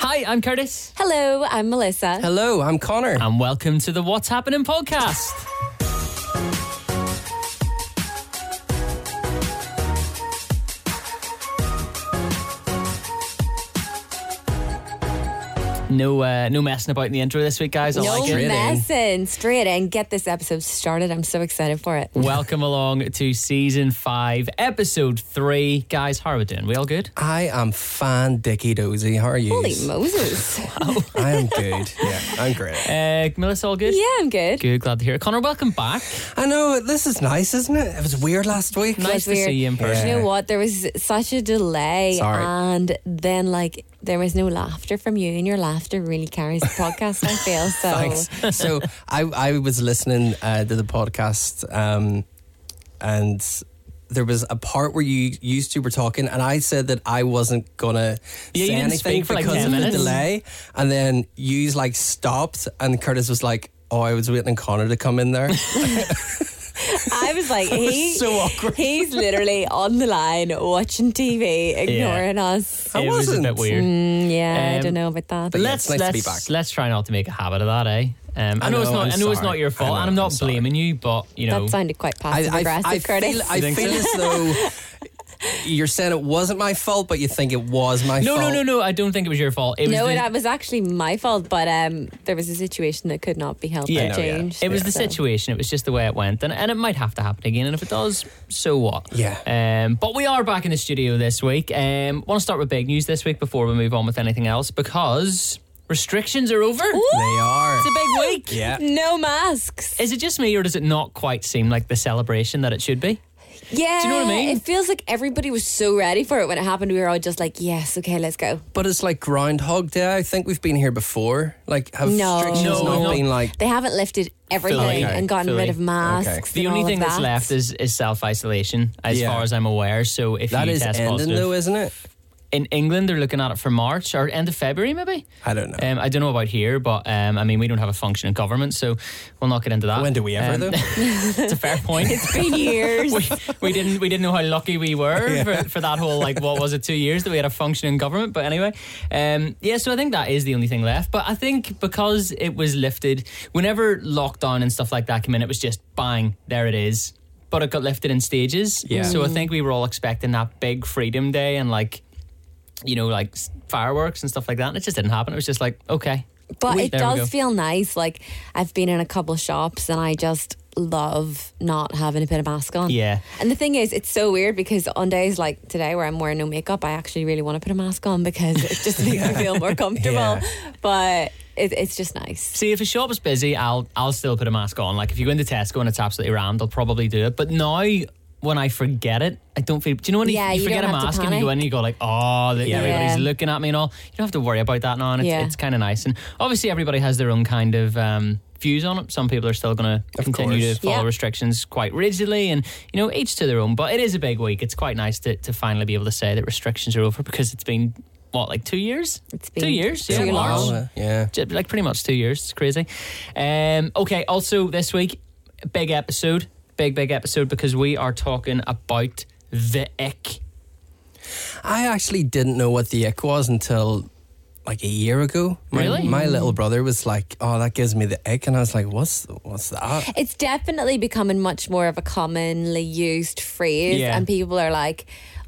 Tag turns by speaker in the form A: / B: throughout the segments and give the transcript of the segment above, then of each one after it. A: Hi, I'm Curtis.
B: Hello, I'm Melissa.
C: Hello, I'm Connor.
A: And welcome to the What's Happening podcast. No, uh, no messing about in the intro this week, guys. I
B: no
A: like it.
B: messing, straight in. Get this episode started. I'm so excited for it.
A: Welcome along to season five, episode three, guys. How are we doing? We all good?
C: I am fan dicky dozy. How are you?
B: Holy Moses!
C: I am good. Yeah, I'm great.
A: Uh, Melissa, all good?
B: yeah, I'm good.
A: Good, glad to hear it. Connor, welcome back.
C: I know this is nice, isn't it? It was weird last week.
A: Nice to see you in
B: Do
A: person.
B: You know what? There was such a delay,
C: Sorry.
B: and then like there was no laughter from you, and your laughter really carries the podcast. I feel so.
A: Oh.
C: Thanks. so I, I was listening uh, to the podcast, um, and there was a part where you used two were talking, and I said that I wasn't gonna
A: Yeah, you
C: say
A: didn't
C: anything
A: speak for, like,
C: because
A: 10
C: of
A: minutes.
C: the delay, and then you like stopped, and Curtis was like. Oh, I was waiting on Connor to come in there.
B: I was like, he,
C: so awkward.
B: he's literally on the line watching TV, ignoring us.
C: I
A: it was a
C: wasn't.
A: bit weird.
B: Mm, yeah, I
A: Um,
B: don't know about that.
C: but yeah,
A: let's
C: it's nice to
A: let's
C: be back.
A: let's try not to make a habit of that, eh? Um, I,
C: I
A: know, it's
C: know,
A: not.
C: I'm
A: I know it's
C: sorry.
A: not your fault,
C: I know,
A: and I'm not
C: I'm sorry.
A: blaming you, but you know,
B: that sounded quite passive aggressive, Curtis.
C: feel, I
A: You think
C: feel
A: so?
C: as though you're saying it wasn't my fault, but you think it was my
A: no,
C: fault.
A: no, no, no. I don't think it was your fault. It was
B: No,
A: the,
B: that was actually my fault, but um, there was a situation that could not be helped
A: Yeah.
B: yeah,
A: I know,
C: yeah.
B: changed.
A: it was the
B: so.
A: situation. It was just the way it went, and, and it might have to happen again. And if it does, so what?
C: Yeah.
A: Um, but we are back in the studio this week. Um, want to start with big news this week before we move on with anything else because restrictions are over.
C: They are.
A: It's a big week.
C: Yeah.
B: No masks.
A: Is it just me, or does it not quite seem like the celebration that it should be?
B: Yeah.
A: know what I mean?
B: It feels like everybody was so ready for it when it happened. We were all just like, yes, okay, let's go.
C: But it's like Groundhog Day. I think we've been here before. Like, have
B: No.
C: restrictions
A: No,
C: not
A: no.
C: been like.
B: They haven't lifted everything
A: Fully.
B: and gotten
A: Fully.
B: rid of masks.
A: The
B: and
A: only
B: all of
A: thing that's
B: that.
A: left is, is self isolation, as
C: Yeah.
A: far as I'm aware. So if
C: That
A: you
C: is
A: test
C: ending,
A: positive,
C: though, isn't it?
A: in England they're looking at it for March or end of February, maybe.
C: I don't know.
A: Um, I don't know about here, but um, I mean we don't have a functioning government, so we'll not get into that.
C: When do we ever,
A: Um,
C: though?
A: It's a fair point.
B: It's been years.
A: we, we didn't we didn't know how lucky we were for, for that whole like what was it two years that we had a functioning government but anyway um yeah so i think that is the only thing left but i think because it was lifted whenever lockdown and stuff like that came in it was just bang there it is but it got lifted in stages
C: Yeah.
A: so i think we were all expecting that big freedom day and like you know like s- fireworks and stuff like that and it just didn't happen it was just like okay
B: But
A: we-
B: it
A: there we go.
B: does feel nice. Like I've been in a couple shops and I just love not having a bit of mask on.
A: Yeah.
B: And the thing is, it's so weird because on days like today where I'm wearing no makeup, I actually really want to put a mask on because it just makes me feel more comfortable.
C: Yeah.
B: But it, it's just nice.
A: See, if a shop's busy, I'll I'll still put a mask on. Like if you go into Tesco and it's absolutely rammed, I'll probably do it. But now, when I forget it, I don't feel. Do you know when you-
B: Yeah,
A: you,
B: you
A: forget a
B: don't have to
A: mask and you go
B: panic.
A: in and you go like, oh, look,
B: Yeah.
A: everybody's
B: Yeah.
A: looking at me and all. You don't have to worry about that now. And it's,
B: Yeah.
A: it's kind of nice. And obviously, everybody has their own kind of. Um, Views on it. Some people are still going to
C: Of
A: continue
C: course.
A: to follow
B: Yeah.
A: restrictions quite rigidly, and you know each to their own. But it is a big week. It's quite nice to, to finally be able to say that restrictions are over because it's been what like two years.
B: It's
A: two
B: been
A: years.
B: too
A: yeah, March.
B: long.
C: Wow. uh, Yeah.
A: J- like pretty much two years. It's crazy. Um, okay, also this week, big episode, big big episode because we are talking about the ick.
C: I actually didn't know what the ick was until like a year ago. My,
A: Really?
C: My little brother was like, "Oh, that gives me the ick," and I was like, "What's what's that?"
B: It's definitely becoming much more of a commonly used phrase,
A: Yeah.
B: and people are like,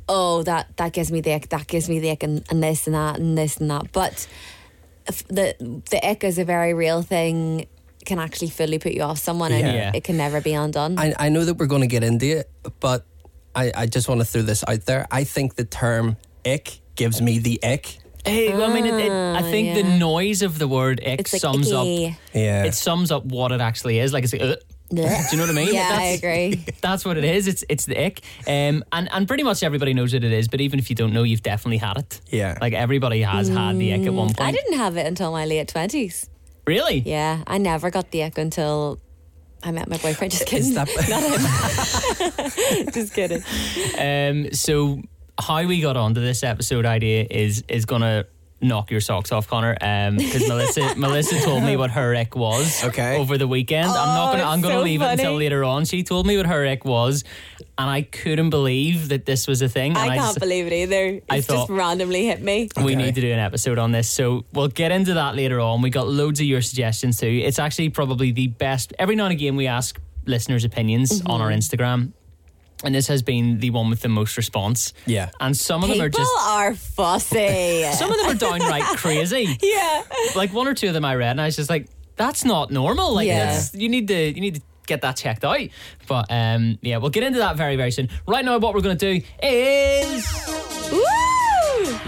B: "Oh, that that gives me the ick, that gives me the ick, and, and this and that and this and that." But if the the ick is a very real thing. Can actually fully put you off someone, and
A: Yeah.
B: it can never be undone.
C: I, I know that we're going to get into it, but I, I just want to throw this out there. I think the term ick gives me the ick.
A: Hey, well, I mean, it, it, I
B: Ah,
A: think the
B: yeah.
A: noise of the word ick
B: it's like
A: sums up.
B: icky.
C: Yeah.
A: It sums up what it actually is. Like it's like, "Ugh." do you know what I mean?
B: Yeah, I
A: That's-
B: agree.
A: That's what it is. It's it's the ick, um, and and pretty much everybody knows what it is. But even if you don't know, you've definitely had it.
C: Yeah.
A: like everybody has had the ick at one point.
B: Mm, I didn't have it until my late twenties.
A: really.
B: Yeah, I never got the ick until I met my boyfriend. Just kidding.
C: Is that
B: Just kidding.
A: Um, so how we got onto this episode idea is is gonna knock your socks off, Connor, because Melissa Melissa told me what her ick was
C: Okay.
A: over the weekend. I'm not
B: Oh,
A: gonna I'm
B: it's
A: gonna
B: so
A: leave it until
B: funny.
A: later on. She told me what her ick was, and I couldn't believe that this was a thing. and
B: I
A: just-
B: can't believe it either. It's
A: I thought-
B: just randomly hit me.
A: we
C: Okay.
A: need to do an episode on this. So we'll get into that later on. We got loads of your suggestions too. It's actually probably the best. Every now and again, we ask listeners' opinions on our Instagram. And this has been the one with the most response.
C: Yeah.
A: And some of them are
B: People
A: just.
B: are fussy.
A: Some of them are downright crazy.
B: yeah.
A: Like one or two of them I read, and I was just like, "That's not normal. Like,
B: Yeah.
A: that's, you need to you need to get that checked out." But um, yeah, we'll get into that very very soon. Right now, what we're going to do is
B: Woo!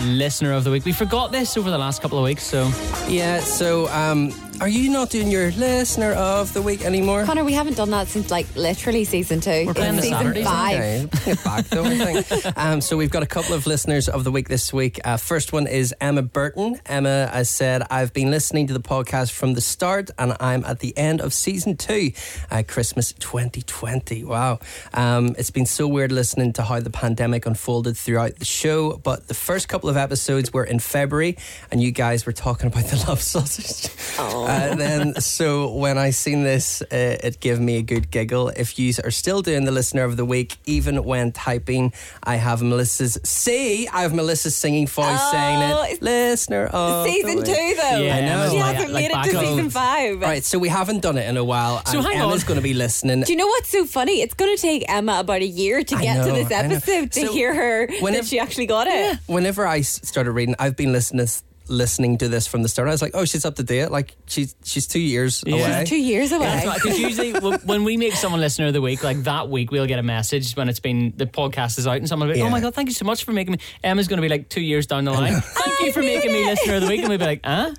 A: listener of the week. We forgot this over the last couple of weeks, so
C: Yeah, so um, are you not doing your listener of the week anymore?
B: Connor, we haven't done that since like literally season two.
A: We're playing
B: It's
A: the Saturdays,
B: season five.
C: Okay, bring it back though. I think. um, so we've got a couple of listeners of the week this week. Uh, first one is Emma Burton. Emma has said, "I've been listening to the podcast from the start, and I'm at the end of season two, uh, Christmas 2020. Wow, um, it's been so weird listening to how the pandemic unfolded throughout the show. But the first couple of episodes were in February, and you guys were talking about the love sausage. Uh, then, so when I seen this, uh, it gave me a good giggle. If you are still doing the listener of the week, even when typing, I have Melissa's see, I have Melissa's singing voice
B: Oh,
C: saying it.
B: it's-
C: Season of the
B: Season
C: week.
B: two, though.
A: Yeah, I know.
B: She
A: Like-
B: hasn't
A: like
B: made it to
A: back
B: season
A: of-
B: five.
C: Right, so we haven't done it in a while.
A: So
C: and
A: hang
C: Emma's
A: on.
C: going to be listening.
B: Do you know what's so funny? It's going to take Emma about a year to
C: I
B: get to
C: know,
B: this
C: I know.
B: episode to
C: So,
B: hear her
C: whenever-
B: that she actually got it.
C: Whenever I s- started reading, I've been listening listening to this from the start. I was like, oh, she's up to date. Like she's she's two years
A: Yeah.
C: away.
A: She's
B: Two years away.
A: Because usually w- when we make someone listener of the week, like that week, we'll get a message when it's been the podcast is out, and someone will be, like, "Oh my
C: Yeah.
A: god, thank you so much for making me." Emma's going to be like two years down the line, "Thank you for making me listener of the week," and we'll be like, "Huh?"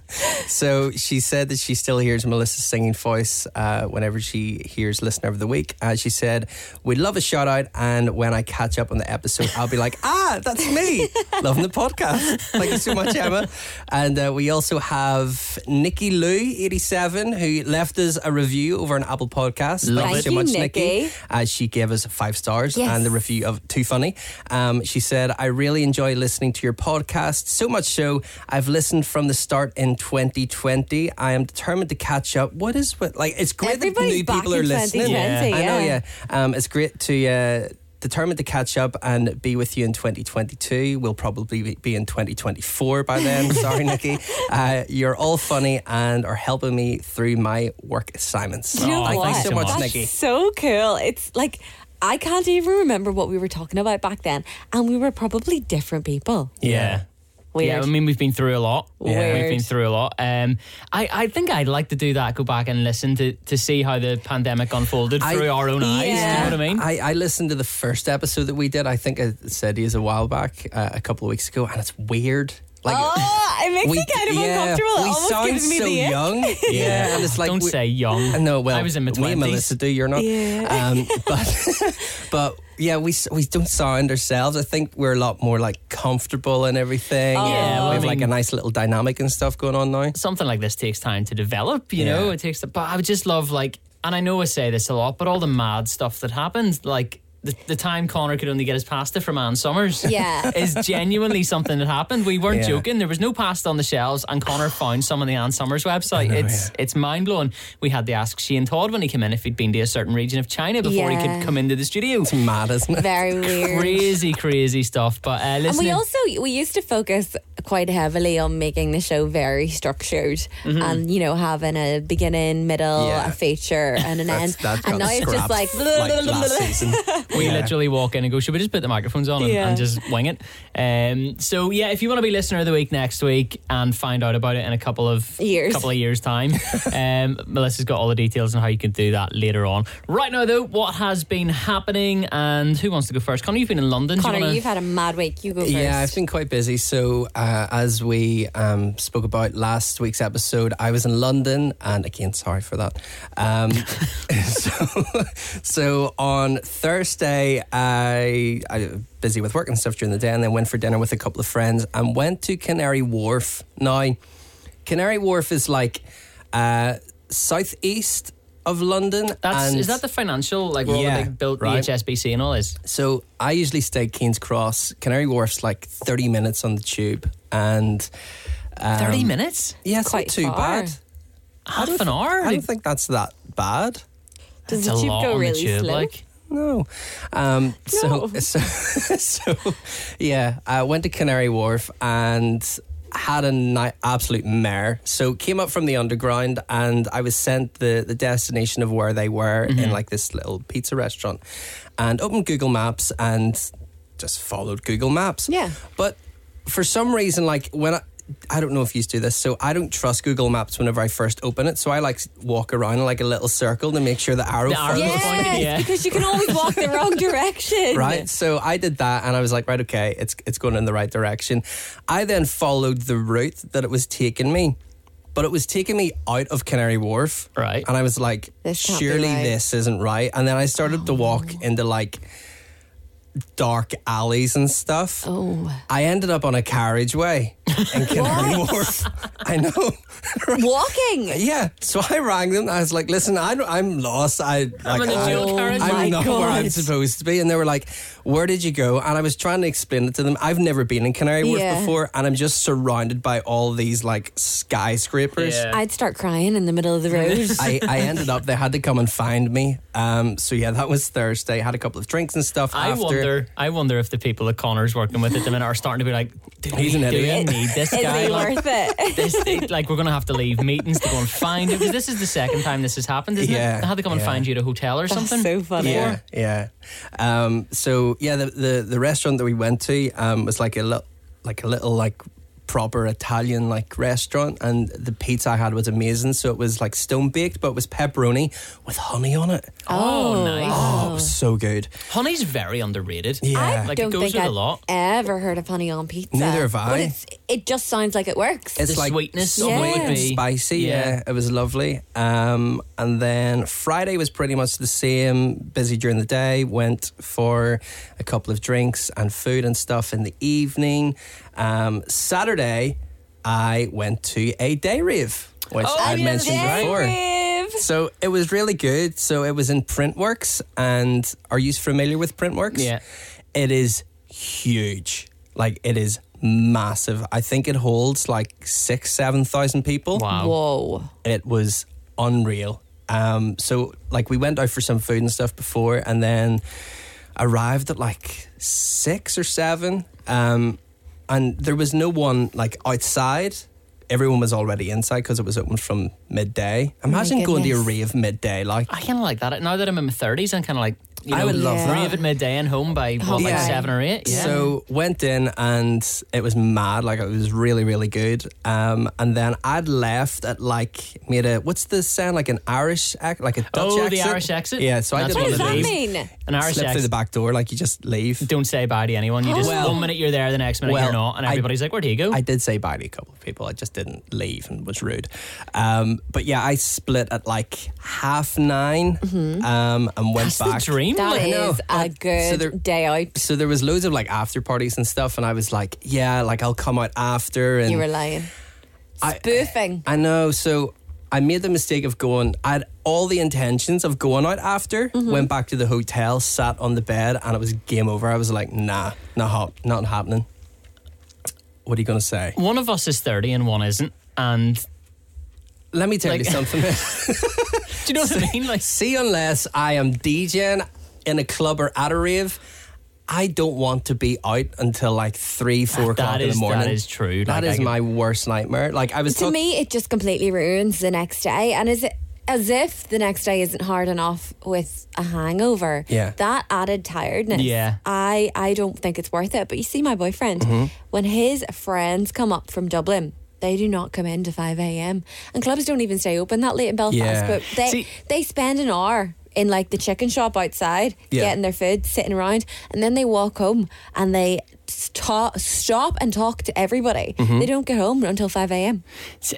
C: So she said that she still hears Melissa's singing voice uh, whenever she hears Listener of the Week. Uh, she said, We'd love a shout out. And when I catch up on the episode, I'll be like, Ah, that's me. Loving the podcast. Thank you so much, Emma. And uh, we also have Nikki Lou, 87, who left us a review over on Apple Podcasts.
A: Love it.
C: Thank you so
B: Thank
C: much,
B: you,
C: Nikki.
B: Nikki.
C: Uh, she gave us five stars
B: Yes.
C: and the review of Too Funny. Um, she said, I really enjoy listening to your podcast, so much so I've listened from the start in 2020. I am determined to catch up. What is what? Like, it's great
B: Everybody's
C: that new
B: back
C: people
B: in
C: are listening.
B: 2020,
C: I know,
B: yeah.
C: yeah. Um, it's great to. Uh, Determined to catch up and be with you in 2022. We'll probably be- be in 2024 by then. Sorry, Nikki. Uh, you're all funny and are helping me through my work assignments.
B: Do you know
A: Aw,
B: what?
C: Oh, Thank you so much,
A: That's
C: Nikki.
B: So cool. It's like I can't even remember what we were talking about back then, and we were probably different people.
C: Yeah.
B: Weird.
A: Yeah, I mean, we've been through a lot.
B: Yeah.
A: We've been through a lot. Um, I, I think I'd like to do that, go back and listen to, to see how the pandemic unfolded
C: I-
A: through our own eyes. Do
B: Yeah.
A: you know what I mean?
C: I, I listened to the first episode that we did. I think I said he is a while back, uh, a couple of weeks ago, and it's weird. Like
B: oh, it makes me kind of uncomfortable. It
C: We
B: almost
C: sound
B: gives me
C: so
B: the ick.
C: young. Yeah, and it's like
A: Don't
C: we-
A: say young.
C: I know. Well,
A: I was in my
C: me and
A: twenties.
C: Melissa do. You're not.
B: Yeah.
C: Um, but but yeah, we s- we don't sound ourselves. I think we're a lot more like comfortable and everything.
B: Oh.
A: Yeah, well,
C: we
A: I
C: have like a
A: mean-
C: nice little dynamic and stuff going on now.
A: Something like this takes time to develop. You
C: Yeah.
A: know, it takes. But I would just love like, and I know I say this a lot, but all the mad stuff that happens, like. The, the time Connor could only get his pasta from Ann Summers
B: Yeah.
A: is genuinely something that happened. We weren't
C: Yeah.
A: joking. There was no pasta on the shelves, and Connor found some on the Ann Summers website. it's it's mind blowing. We had to ask Shane Todd when he came in if he'd been to a certain region of China before he
B: Yeah.
A: could come into the studio.
C: It's mad, isn't it?
B: Very weird.
A: Crazy, crazy stuff. But uh,
B: And
A: listen,
B: we also we used to focus quite heavily on making the show very structured, and you know having a beginning, middle,
C: Mm-hmm. Yeah.
B: a feature, and an
C: That's,
B: end.
C: that's
B: and
C: got
B: now it's just
C: scrapped,
B: like,
C: like last season.
A: We
C: Yeah.
A: literally walk in and go, should we just put the microphones on and,
B: Yeah.
A: and just wing it? Um, so yeah, if you want to be listener of the week next week and find out about it in a couple of
B: Years.
A: couple of years time, um, Melissa's got all the details on how you can do that later on. Right now though, what has been happening and who wants to go first? Connor, you've been in London. Do you
B: Connor,
A: wanna-
B: you've had a mad week. You go first.
C: Yeah, I've been quite busy. So, uh, as we um, spoke about last week's episode, I was in London, and again, sorry for that. Um, so, so on Thursday, I, I was busy with work and stuff during the day, and then went for dinner with a couple of friends and went to Canary Wharf. Now, Canary Wharf is like uh, southeast of London.
A: that's
C: and
A: is that the financial like where all
C: Yeah,
A: the big built
C: right.
A: the HSBC and all is?
C: so I usually stay King's Cross. Canary Wharf's like 30 minutes on the tube. And
B: Um,
C: um,
A: Thirty minutes,
C: Yeah, it's
B: Quite
C: not too
B: far.
C: bad.
A: half an hour.
C: I don't think that's that bad.
A: That's
B: Does the
A: a
B: tube
A: lot
B: go
A: on
B: really
A: the tube.
B: slow?
A: Like,
C: No. Um,
B: No.
C: So, so, so, yeah, I went to Canary Wharf and had a night absolute mare. So came up from the underground and I was sent the, the destination of where they were in like this little pizza restaurant and opened Google Maps and just followed Google Maps.
B: Yeah.
C: But for some reason, like when I, I don't know if you do this, so I don't trust Google Maps whenever I first open it. So I like walk around in like a little circle to make sure the arrow
A: The arrow
C: follows
A: Yeah.
B: Yes,
A: Yeah.
B: because you can always walk the wrong direction.
C: Right. So I did that and I was like, right, okay, it's it's going in the right direction. I then followed the route that it was taking me. But it was taking me out of Canary Wharf.
A: Right.
C: And I was like,
B: This can't be
C: surely
B: right." Oh.
C: this isn't right. And then I started to walk into like dark alleys and stuff.
B: Oh.
C: I ended up on a carriageway in Canary Wharf. I know. Right.
B: Walking.
C: Yeah, so I rang them. I was like, "Listen, I, I'm lost. I like,
A: in a
C: I-
A: jail carriage.
C: I
B: Oh my
C: don't know where I'm
B: God.
C: supposed to be." And they were like, "Where did you go?" And I was trying to explain it to them. I've never been in Canary Wharf
B: Yeah.
C: before, and I'm just surrounded by all these like skyscrapers.
A: Yeah.
B: I'd start crying in the middle of the road.
C: I, I ended up. They had to come and find me. Um, so yeah, that was Thursday. had a couple of drinks and stuff.
A: I
C: after.
A: wonder. I wonder if the people that Connor's working with at the minute are starting to be like, do
C: He's
A: we,
C: an
A: do we
C: idiot.
A: need this
B: Is
A: guy?
B: it
A: Like,
B: worth it?
A: this, it- like we're gonna have to leave meetings to go and find you because this is the second time this has happened, isn't
C: Yeah,
A: it? They had to come and
C: yeah.
A: find you at a hotel or
B: That's
A: something.
B: so funny.
C: Yeah, yeah. Um, so yeah, the, the the restaurant that we went to um, was like a little, like a little like proper Italian like restaurant, and the pizza I had was amazing. So it was like stone baked, but it was pepperoni with honey on it.
A: Oh, nice.
C: Oh, it was so good.
A: Honey's very underrated.
C: Yeah.
B: I
A: like
B: don't
A: it goes
B: think
A: with
B: I've
A: a lot.
B: ever heard of honey on pizza.
C: Neither have I.
B: But it's, it just sounds like it works.
C: It's
A: The
C: like
A: sweetness
C: sweet
B: of it would
C: and
A: be-
C: spicy. Yeah.
A: yeah.
C: it was lovely. Um, and then Friday was pretty much the same. Busy during the day, went for a couple of drinks and food and stuff in the evening. Um, Saturday, I went to a day rave, which
A: Oh,
C: I
A: yeah,
C: mentioned
A: day
C: before.
B: Dave.
C: So it was really good. So it was in Printworks, and are you familiar with Printworks?
A: Yeah.
C: It is huge. Like it is massive. I think it holds like six, seven thousand people.
A: Wow.
B: Whoa.
C: It was unreal. Um, so like we went out for some food and stuff before, and then arrived at like six or seven. Um, and there was no one like outside. Everyone was already inside because it was open from midday. Imagine going to a
B: goodness.
C: rave midday, like
A: I kind of like that. Now that I'm in my thirties, I'm kind of like, you
C: I
A: know,
C: would love
B: Yeah. that.
A: rave at midday and home by what, like
C: Yeah.
A: seven or eight. Yeah.
C: So went in and it was mad. Like it was really, really good. Um, and then I'd left at like made a what's the sound like an Irish act like a Dutch
A: Oh, the
C: exit?
A: Irish exit?
C: Yeah. So
A: That's
C: I
A: what
B: What
C: did
B: does
C: one
B: that
C: of these.
B: mean?
A: an Irish
C: Slip through
A: ex-
C: the back door, like you just leave.
A: Don't say bye to anyone. You just
B: Well-
A: one minute you're there, the next minute
C: Well,
A: you're not, and
C: I-
A: everybody's like, "Where do you go?"
C: I did say bye to a couple of people. I just didn't leave and was rude. Um, but yeah, I split at like half 9 um,
A: Mm-hmm.
C: and went
A: That's the
C: back.
A: dream.
B: That
A: like,
B: is
C: no,
B: a
C: like,
B: good
C: so there-
B: day out.
C: So there was loads of like after parties and stuff, and I was like, yeah, like I'll come out after. And
B: You were lying.
C: I-
B: Spoofing.
C: I know. So I made the mistake of going. I had all the intentions of going out after.
A: Mm-hmm.
C: Went back to the hotel, sat on the bed, and it was game over. I was like, nah, not hop, not happening. What are you gonna say?
A: one of us is thirty and one isn't, and do
C: Let me tell
A: Like-
C: you something.
A: you know what I mean? Like,
C: See, unless I am DJing in a club or at a rave. I don't want to be out until like three, four o'clock in
A: is-
C: the
A: Ah, that
C: morning.
A: is true.
C: That
A: Like, I
C: is
A: can-
C: my worst nightmare. Like I was
B: to
C: talk-
B: me, it just completely ruins the next day. And is it as if the next day isn't hard enough with a hangover?
C: Yeah.
B: That added tiredness.
A: Yeah.
B: I, I don't think it's worth it. But you see, my boyfriend,
C: Mm-hmm.
B: when his friends come up from Dublin, they do not come in to 5 a.m. And clubs don't even stay open that late in Belfast.
C: Yeah.
B: But they,
A: See-
B: they spend an hour in like the chicken shop outside
C: Yeah.
B: getting their food, sitting around, and then they walk home and they sta- stop and talk to everybody.
C: Mm-hmm.
B: They don't get home until 5 a.m.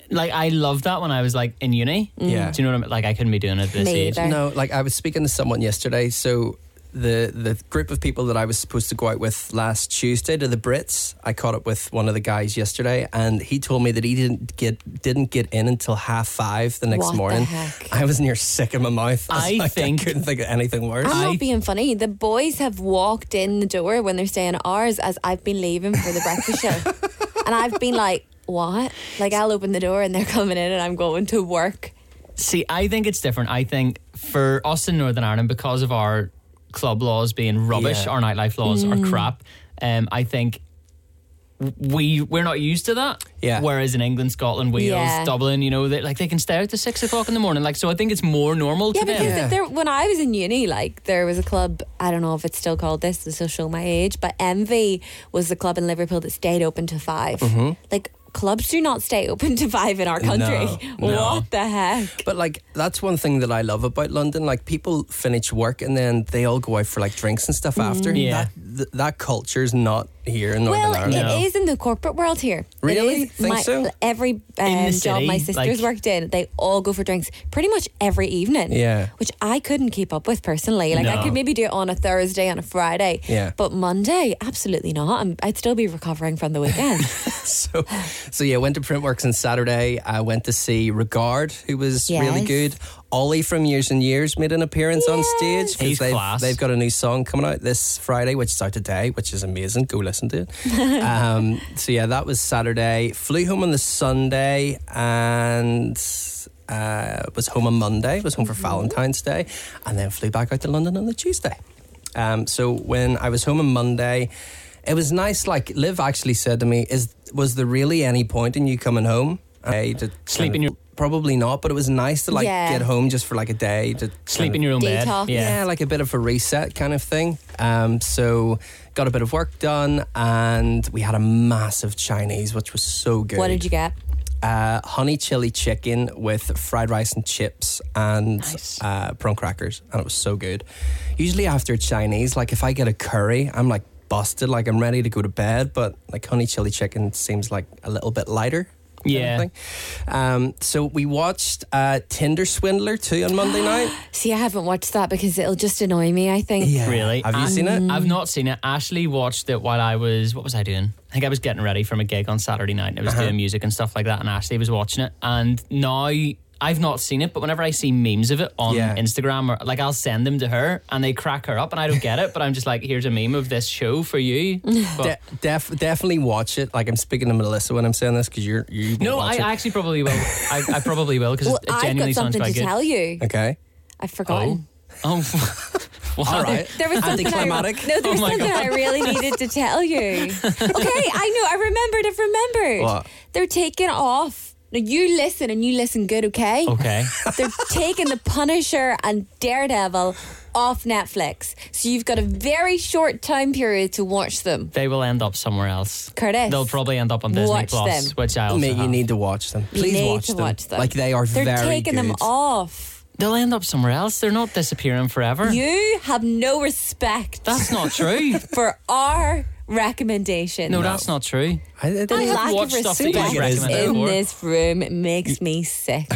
A: like I loved that when I was like in uni.
C: Yeah.
A: Do you know what I mean? Like I couldn't be doing it at this
B: Me
A: age.
B: either.
C: No, like I was speaking to someone yesterday. So the the group of people that I was supposed to go out with last Tuesday to the Brits, I caught up with one of the guys yesterday, and he told me that he didn't get didn't get in until half five the next
B: What the
C: morning.
B: heck?
C: I was near sick in my mouth. was
A: I
C: like,
A: think-
C: I couldn't think of anything worse.
B: I'm
A: I-
B: not being funny. The boys have walked in the door when they're staying at ours as I've been leaving for the breakfast show. And I've been like, what? Like I'll open the door and they're coming in and I'm going to work.
A: See, I think it's different. I think for us in Northern Ireland, because of our club laws being rubbish,
C: Yeah.
A: our nightlife laws are crap. Um, I think we we're not used to that.
C: Yeah.
A: Whereas in England, Scotland, Wales,
B: Yeah.
A: Dublin, you know, they, like they can stay out to six o'clock in the morning. Like so, I think it's more normal
B: Yeah,
A: to them.
B: because
C: Yeah.
B: if there, when I was in uni, like there was a club. I don't know if it's still called this. This will show my age, but Envy was the club in Liverpool that stayed open to 5 Like clubs do not stay open to five in our country.
C: No, no.
B: What the heck?
C: But like that's one thing that I love about London. Like people finish work and then they all go out for like drinks and
B: Mm.
C: stuff after.
A: Yeah.
C: That th- that culture's not here in Northern
B: Well,
C: Ireland.
A: No.
B: it is in the corporate world here. It
C: Really?
B: is.
C: Think
B: my,
C: so?
B: Every
A: In
B: um,
A: the
B: job my
A: city, like-
B: sisters worked in, they all go for drinks pretty much every evening.
C: Yeah.
B: Which I couldn't keep up with personally. Like
A: No.
B: I could maybe do it on a Thursday, on a Friday.
C: Yeah.
B: But Monday, absolutely not. i I'd still be recovering from the weekend.
C: So, so yeah, went to Printworks on Saturday. I went to see Regard, who was really
B: Yes.
C: good. Ollie from Years and Years made an appearance on stage
A: He's
C: they've,
A: class.
C: they've got a new song coming out this Friday, which is out today, which is amazing. Go listen to it. um, so yeah, that was Saturday. Flew home on the Sunday and. Uh, was home on Monday, was home for Valentine's Day, and then flew back out to London on the Tuesday. Um, so when I was home on Monday, it was nice. Like Liv actually said to me, "Is was there really any point in you coming home? I to
A: Sleep in your-
C: probably not, but it was nice to like
B: Yeah.
C: get home just for like a day to
A: Sleep
C: kind
A: in
C: of-
A: your own
B: Detox.
A: bed. Yeah.
C: yeah. like a bit of a reset kind of thing. Um, so got a bit of work done, and we had a massive Chinese, which was so good.
B: What did you get?
C: Uh, honey chili chicken with fried rice and chips and
A: Nice.
C: uh, prawn crackers, and it was so good. Usually after Chinese, like if I get a curry, I'm like busted, like I'm ready to go to bed. But like honey chili chicken seems like a little bit lighter. kind of
A: Yeah.
C: thing. Um, so we watched uh, Tinder Swindler too on Monday night.
B: See, I haven't watched that because it'll just annoy me, I think.
A: Really?
C: Have you
A: And-
C: seen it?
A: I've not seen it. Ashley watched it while I was what was I doing? I think I was getting ready from a gig on Saturday night and I was
C: Uh-huh.
A: doing music and stuff like that and Ashley was watching it and now I've not seen it, but whenever I see memes of it on
C: Yeah.
A: Instagram or like I'll send them to her and they crack her up and I don't get it, but I'm just like, here's a meme of this show for you. But-
C: De- def- definitely watch it. Like I'm speaking to Melissa when I'm saying this because you're you.
A: no, I
C: watch it.
A: actually probably will. I, I probably will because
B: Well,
A: it, it
B: I've
A: genuinely
B: got
A: sounds
B: something to
A: quite good.
B: tell you.
C: okay.
B: I've
A: Oh,
B: forgotten.
A: oh,
C: All right.
B: There was something I, no,
C: Anticlimactic.
B: there was
A: my
B: something I really needed to tell you. Okay, I know. I remembered. I've remembered.
C: What?
B: They're taking off. Now you listen and you listen good, okay?
A: Oh,
C: Oh.
A: okay.
B: They're taking The Punisher and Daredevil off Netflix. So you've got a very short time period to watch them.
A: They will end up somewhere else.
B: Curtis,
A: They'll probably end up on Disney
B: watch
A: Plus,
B: them.
A: which I also
C: Mate, you
A: have.
C: need to watch them. Please
B: you need
C: watch,
B: to
C: them.
B: watch them.
C: Like they are
B: They're
C: very
B: taking them
C: good.
B: off.
A: They'll end up somewhere else. They're not disappearing forever.
B: You have no respect
A: That's not true.
B: for our recommendation.
A: No, that's not true.
C: I, I
B: The
C: don't
A: have
B: lack of
A: watched stuff that you've
B: respect
A: recommended
B: in
A: before.
B: this room makes me sick.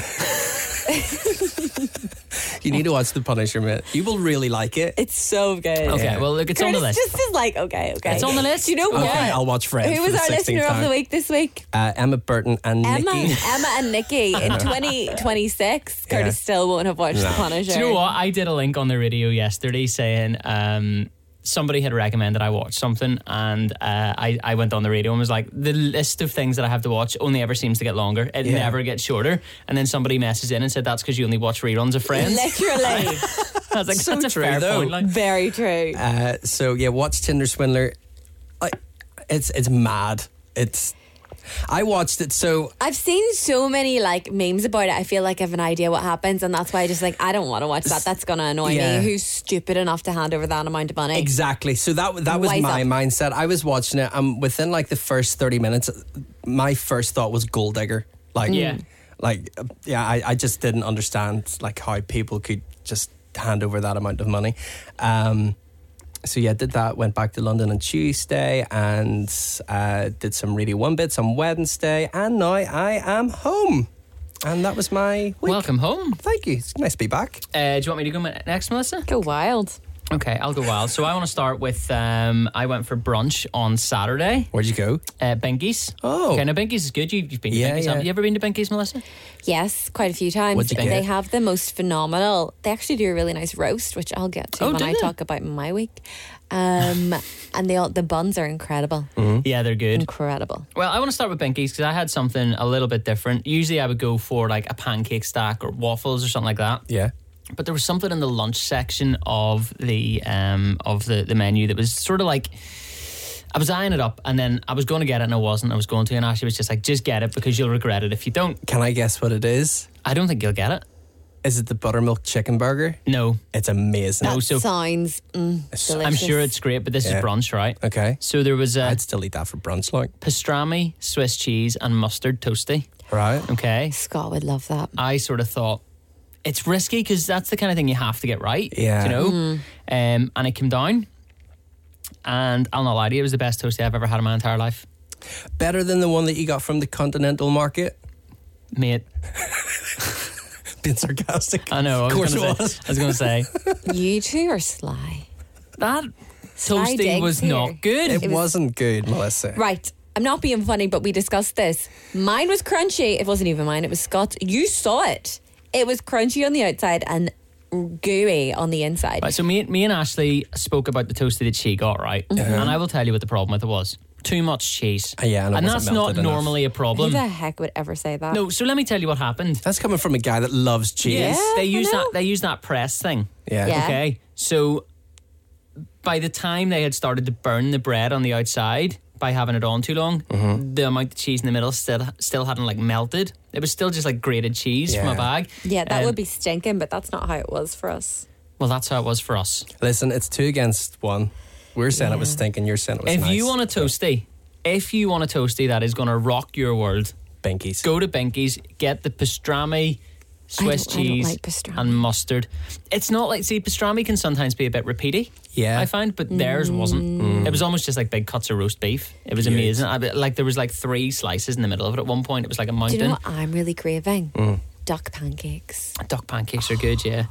C: you need to watch The Punisher, mate. You will really like it.
B: It's so good.
A: Okay, well, look, it's on the
B: Curtis
A: list.
B: just is like, okay, okay.
A: It's on the list.
B: Do you know
A: Okay,
B: what?
C: I'll watch Friends
B: Who was
C: for the
B: our
C: 16th
B: listener
C: time.
B: of the week this week?
C: Uh, Emma Burton and
B: Emma,
C: Nikki.
B: Emma and Nikki in 2026. Curtis
C: Yeah.
B: still won't have watched The Punisher.
A: Do you know what? I did a link on the radio yesterday saying um, somebody had recommended I watch something, and uh, I, I went on the radio and was like, the list of things that I have to watch only ever seems to get longer. It
C: Yeah.
A: never gets shorter. And then somebody messaged in and said, that's because you only watch reruns of Friends.
B: Literally.
A: I was like,
C: So
A: that's a
C: true,
A: fair
C: though.
A: point. Like,
B: Very true.
C: Uh, so yeah, watch Tinder Swindler. I, it's it's mad. It's. I watched it. So
B: I've seen so many like memes about it. I feel like I have an idea what happens, and that's why I just like I don't want to watch that. That's gonna annoy
C: Yeah.
B: me. Who's stupid enough to hand over that amount of money?
C: Exactly. So that that was
B: Wise
C: my
B: up.
C: mindset. I was watching it, and within like the first thirty minutes, my first thought was gold digger.
B: Mm.
C: Like,
A: Yeah.
C: like uh, yeah, I, I just didn't understand like how people could just hand over that amount of money. Um, so yeah, did that. Went back to London on Tuesday and uh, did some radio one bits on Wednesday, and now I am home. And that was my week.
A: welcome home.
C: Thank you. It's nice to be back.
A: Uh, do you want me to go mi- next, Melissa?
B: Go wild.
A: Okay, I'll go wild. So I want to start with um, I went for brunch on Saturday.
C: Where'd you go?
A: Uh, Binkies.
C: Oh.
A: Okay, now Binkies is good. You, you've been to
C: Yeah,
A: Binkies,
C: yeah.
A: haven't you? ever been to Binkies, Melissa?
B: Yes, quite a few times.
C: What'd you get?
B: They have the most phenomenal. They actually do a really nice roast, which I'll get to
A: Oh,
B: when
A: do
B: I
A: they?
B: talk about my week. Um, and the the buns are incredible,
C: Hmm?
A: Yeah, they're good.
B: incredible.
A: Mm. Well, I want to start with Binkies because I had something a little bit different. Usually I would go for like a pancake stack or waffles or something like that.
C: Yeah.
A: But there was something in the lunch section of the um of the, the menu that was sort of like I was eyeing it up and then I was going to get it and I wasn't. I was going to and Ashley was just like, just get it because you'll regret it if you don't.
C: Can I guess what it is?
A: I don't think you'll get it.
C: Is it the buttermilk chicken burger?
A: No.
C: It's amazing.
A: No. Oh, so-
B: Sounds mm, delicious.
A: I'm sure it's great, but this
C: Yeah.
A: is brunch, right?
C: Okay.
A: So there was a
C: I'd still eat that for brunch, like.
A: pastrami, Swiss cheese, and mustard toasty.
C: Right.
A: Okay.
B: Scott would love that.
A: I sort of thought it's risky because that's the kind of thing you have to get right.
C: Yeah.
A: You know? Um, and it came down. And I'll not lie to you, it was the best toasty I've ever had in my entire life.
C: Better than the one that you got from the continental market?
A: Mate,
C: Being sarcastic.
A: I know. I
C: Of course
A: gonna
C: it
A: say,
C: was.
A: I was going to say
B: You two are sly.
A: that
B: Sly
A: toasty
B: digs
A: was
B: here.
A: not good.
C: It, was... not good, Melissa.
B: Right. I'm not being funny, but we discussed this. Mine was crunchy. It wasn't even mine. It was Scott's. You saw it. It was crunchy on the outside and gooey on the inside.
A: Right, so me, me and Ashley spoke about the toasty that she got, right? And I will tell you what the problem with it was. Too much cheese.
C: Uh, yeah, and it
A: and
C: wasn't
A: that's not
C: melted enough.
A: normally a
B: Who
A: problem.
B: the heck would ever say that?
A: No, so let me tell you what happened.
C: That's coming from a guy that loves cheese.
B: Yeah.
A: They
B: I
A: use
B: know.
A: that they use that press thing.
C: Yeah.
B: Yeah.
A: Okay. So by the time they had started to burn the bread on the outside by having it on too long,
C: Mm-hmm.
A: the amount of cheese in the middle still still hadn't like melted. It was still just like grated cheese from
C: Yeah.
A: a bag.
B: Yeah, that
A: Um,
B: would be stinking, but that's not how it was for us.
A: Well, that's how it was for us.
C: Listen, it's two against one. We're saying it was stinking, you're saying it was
A: if
C: nice.
A: you want a toasty, if you want a toasty that is going to rock your world,
C: Binkies.
A: go to Binky's, get the pastrami, Swiss
B: I don't- I don't
A: cheese,
B: like pastrami.
A: and mustard. It's not like see pastrami can sometimes be a bit repeaty.
C: Yeah. Mm.
A: I find, but theirs wasn't. It was almost just like big cuts of roast beef. It was amazing. I, like there was like three slices in the middle of it at one point. It was like a
B: Do
A: mountain.
B: you know what I'm really craving?
A: Mm.
B: Duck pancakes.
A: Duck pancakes are good, yeah.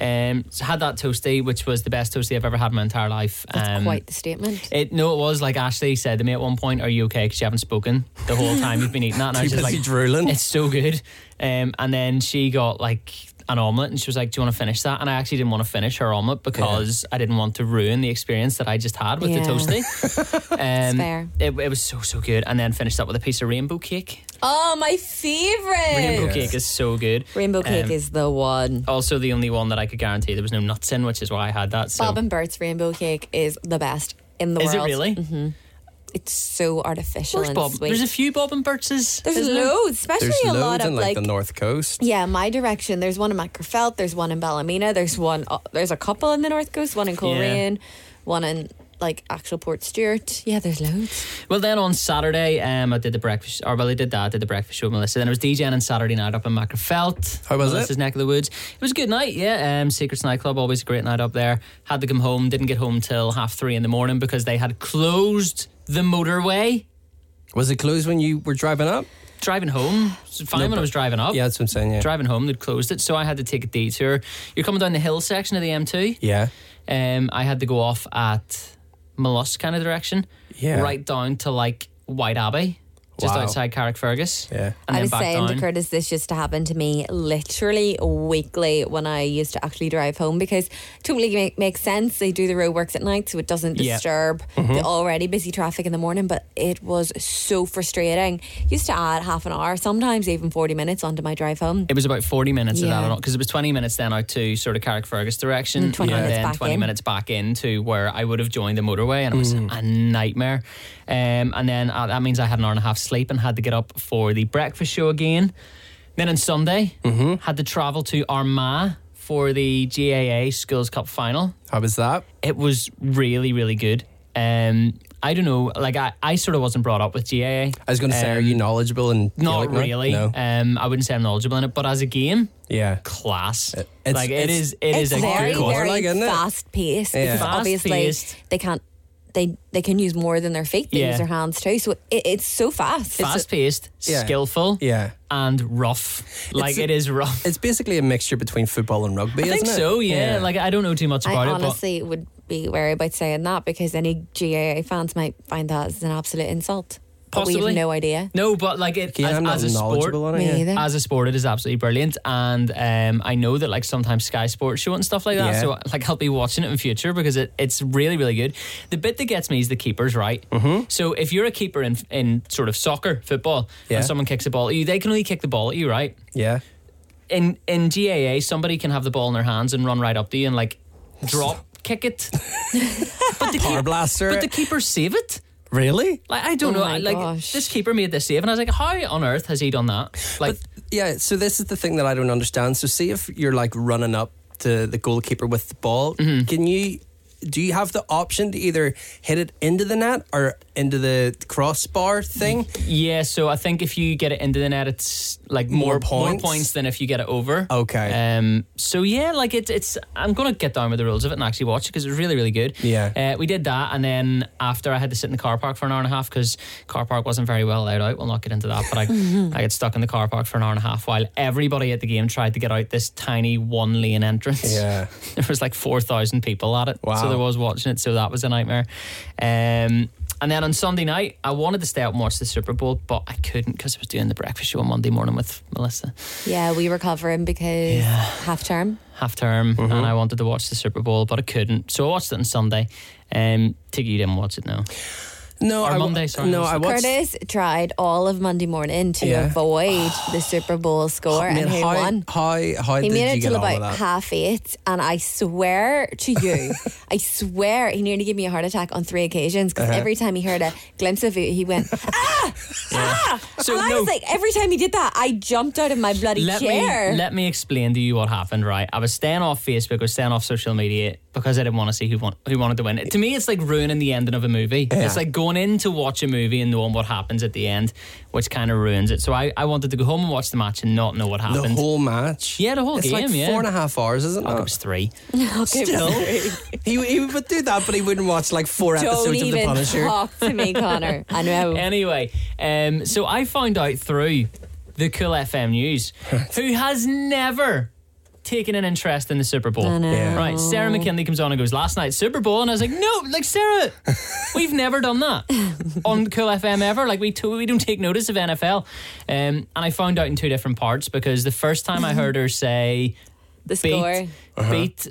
A: Um, so had that toasty, which was the best toasty I've ever had in my entire life.
B: That's
A: Um,
B: quite the statement.
A: It no, it was like Ashley said to me at one point, "Are you okay? Because you haven't spoken the whole time you've been eating that." And I
C: Too
A: was
C: busy
A: just like,
C: drooling.
A: "It's so good." Um, and then she got like an omelet, and she was like, "Do you want to finish that?" And I actually didn't want to finish her omelet because I didn't want to ruin the experience that I just had with
B: Yeah.
A: the toasty. Um,
B: fair.
A: It, it was so so good, and then finished up with a piece of rainbow cake.
B: oh, my
A: Rainbow
B: favorite.
C: Yes.
A: cake is so good.
B: Rainbow cake
A: Um,
B: is the one.
A: also the only one that I could guarantee there was no nuts in, which is why I had that. So
B: Bob and Bert's rainbow cake is the best in the
A: is it
B: world.
A: really?
B: It's so artificial
A: Where's
B: and
A: Bob?
B: sweet.
A: There's a few Bob and Burtses.
B: There's
A: isn't there?
B: loads, especially
C: There's
B: a
C: loads
B: lot of
C: in
B: like.
C: the North Coast.
B: yeah, my direction. There's one in Macrofelt. There's one in Ballymena. There's one. Uh, there's a couple in the North Coast. One in Coleraine. One in like actual Port Stewart. Yeah, there's loads.
A: Well, then on Saturday, um, I did the breakfast, or well, I did that, I did the breakfast show with Melissa. Then I was DJing on Saturday night up in Macrofelt.
C: How was it?
A: Melissa's neck of the woods. It was a good night, yeah. Um, Secrets Nightclub, always a great night up there. Had to come home, didn't get home till half three in the morning because they had closed the motorway.
C: Was it closed when you were driving up?
A: Driving home, it was fine when I was driving up.
C: Yeah, that's what I'm saying. Yeah.
A: Driving home, they'd closed it, so I had to take a detour. You're coming down the hill section of the M2.
C: yeah.
A: Um, I had to go off at Mollusk kind of direction,
C: Yeah.
A: right down to like White Abbey, just
C: Wow.
A: outside Carrickfergus.
C: Yeah.
A: and
B: I
A: then
B: was
A: back
B: saying
A: down.
B: to Curtis, this used to happen to me literally weekly when I used to actually drive home because totally make, makes sense. They do the roadworks at night, so it doesn't
A: Yeah. Mm-hmm.
B: disturb the already busy traffic in the morning. But it was so frustrating. Used to add half an hour, sometimes even forty minutes onto my drive home.
A: It was about 40 minutes of
B: Yeah.
A: that, because it was 20 minutes then out to sort of Carrickfergus direction,
B: And 20
A: and
B: minutes
A: then
B: back
A: 20
B: in.
A: minutes back into where I would have joined the motorway, and it
C: Mm.
A: was a nightmare. Um, and then uh, that means I had an hour and a half sleep and had to get up for the breakfast show again. Then on Sunday,
C: Mm-hmm.
A: had to travel to Armagh for the GAA Schools Cup final.
C: How was that?
A: it was really really good um i don't know like i, I sort of wasn't brought up with gaa
C: I was going to say, are you knowledgeable and
A: Um, not really
C: No.
A: um i wouldn't say i'm knowledgeable in it but as a game
C: yeah.
A: class
C: it's-
A: like
C: it's-
A: it is it is
B: it's
A: a
B: very,
A: good one.
B: very
C: Like, isn't it?
B: fast paced
C: Yeah.
B: because obviously
A: Fast-paced.
B: they can't. They, they can use more than their feet. They
A: Yeah.
B: use their hands too. So it, it's so fast.
A: fast paced
C: Yeah.
A: skillful
C: Yeah.
A: and rough like
C: It's a-
A: it is rough
C: It's basically a mixture between football and rugby,
A: i think
C: isn't it?
A: so yeah. like i don't know too much about
B: I
A: it but
B: honestly would be wary about saying that because any GAA fans might find that as an absolute insult. but we
A: possibly.
B: have no idea.
A: No, but like it
C: Yeah,
A: as,
C: I'm not
A: as a sport.
C: knowledgeable on it.
B: Me
C: yeah.
B: either.
A: As a sport, it is absolutely brilliant, and um, I know that like sometimes Sky Sports show it and stuff like that.
C: Yeah.
A: So like I'll be watching it in future because it, it's really really good. The bit that gets me is the keepers, right? Mm-hmm. So if you're a keeper in in sort of soccer, football,
C: Yeah.
A: and someone kicks a ball at you, they can only kick the ball at you, right?
C: Yeah.
A: in in GAA, somebody can have the ball in their hands and run right up to you and like drop kick it. but the
C: Power
A: keep-
C: blaster.
A: but the keeper save it.
C: really?
A: Like I don't
B: Oh
A: know.
B: my
A: like
B: gosh.
A: this keeper made this save, and I was like, how on earth has he done that? Like.
C: Yeah, so this is the thing that I don't understand. So see if you're like running up to the goalkeeper with the ball, can you do you have the option to either hit it into the net or into the crossbar thing?
A: yeah, so I think if you get it into the net, it's like more,
C: More points?
A: more points than if you get it over.
C: Okay.
A: Um. So yeah, like it's it's. I'm gonna get down with the rules of it and actually watch it because it was really really good.
C: Yeah.
A: Uh, we did that, and then after I had to sit in the car park for an hour and a half because car park wasn't very well laid out. We'll not get into that, but I I got stuck in the car park for an hour and a half while everybody at the game tried to get out this tiny one lane entrance.
C: Yeah.
A: there was like four thousand people at it.
C: Wow.
A: So there was watching it. So that was a nightmare. Um. And then on Sunday night, I wanted to stay up and watch the Super Bowl, but I couldn't because I was doing the breakfast show on Monday morning with Melissa.
B: Yeah, we were covering because half term.
A: half term and I wanted to watch the Super Bowl, but I couldn't. So I watched it on Sunday. Um, Tiggy, you didn't watch it now.
C: No,
A: Or
C: I wa-
A: Monday, sorry,
C: no,
A: was
C: I
A: it?
C: watched
B: Curtis tried all of Monday morning to
C: Yeah.
B: avoid the Super Bowl score,
C: I mean,
B: and who
C: how,
B: won?
C: How how
B: He
C: did
B: made
C: you
B: it
C: get
B: till
C: on with
B: about
C: that?
B: half eight, and I swear to you, I swear he nearly gave me a heart attack on three occasions
C: Uh-huh.
B: because every time he heard a glimpse of it, he went, ah, ah.
A: So,
B: and I was
A: no.
B: like, every time he did that, I jumped out of my bloody
A: Let
B: chair.
A: me let me explain to you what happened. Right, I was staying off Facebook, I was staying off social media because I didn't want to see who won, who wanted to win. To me, it's like ruining the ending of a movie. It's like going in to watch a movie and knowing what happens at the end, which kind of ruins it. So I, I wanted to go home and watch the match and not know what
C: The
A: happened.
C: whole match.
A: Yeah, the whole
C: it's Like
A: game, yeah.
C: four and a half hours, isn't
A: it
C: it?
A: was three.
B: Okay,
C: Still, he, he would do that, but he wouldn't watch like four
B: don't
C: episodes of The
B: even
C: Punisher.
B: talk to me, Connor. I know.
A: Anyway, um, so I found out through the Cool FM News, who has never taken an interest in the Super Bowl.
B: I know.
C: Yeah.
A: Right, Sarah McKinley comes on and goes, Last night, Super Bowl. And I was like, No, like, Sarah, we've never done that on Cool FM ever. Like, we, to- we don't take notice of NFL. Um, and I found out in two different parts because the first time I heard her say,
B: The
A: beat,
B: score.
C: Uh-huh.
A: beat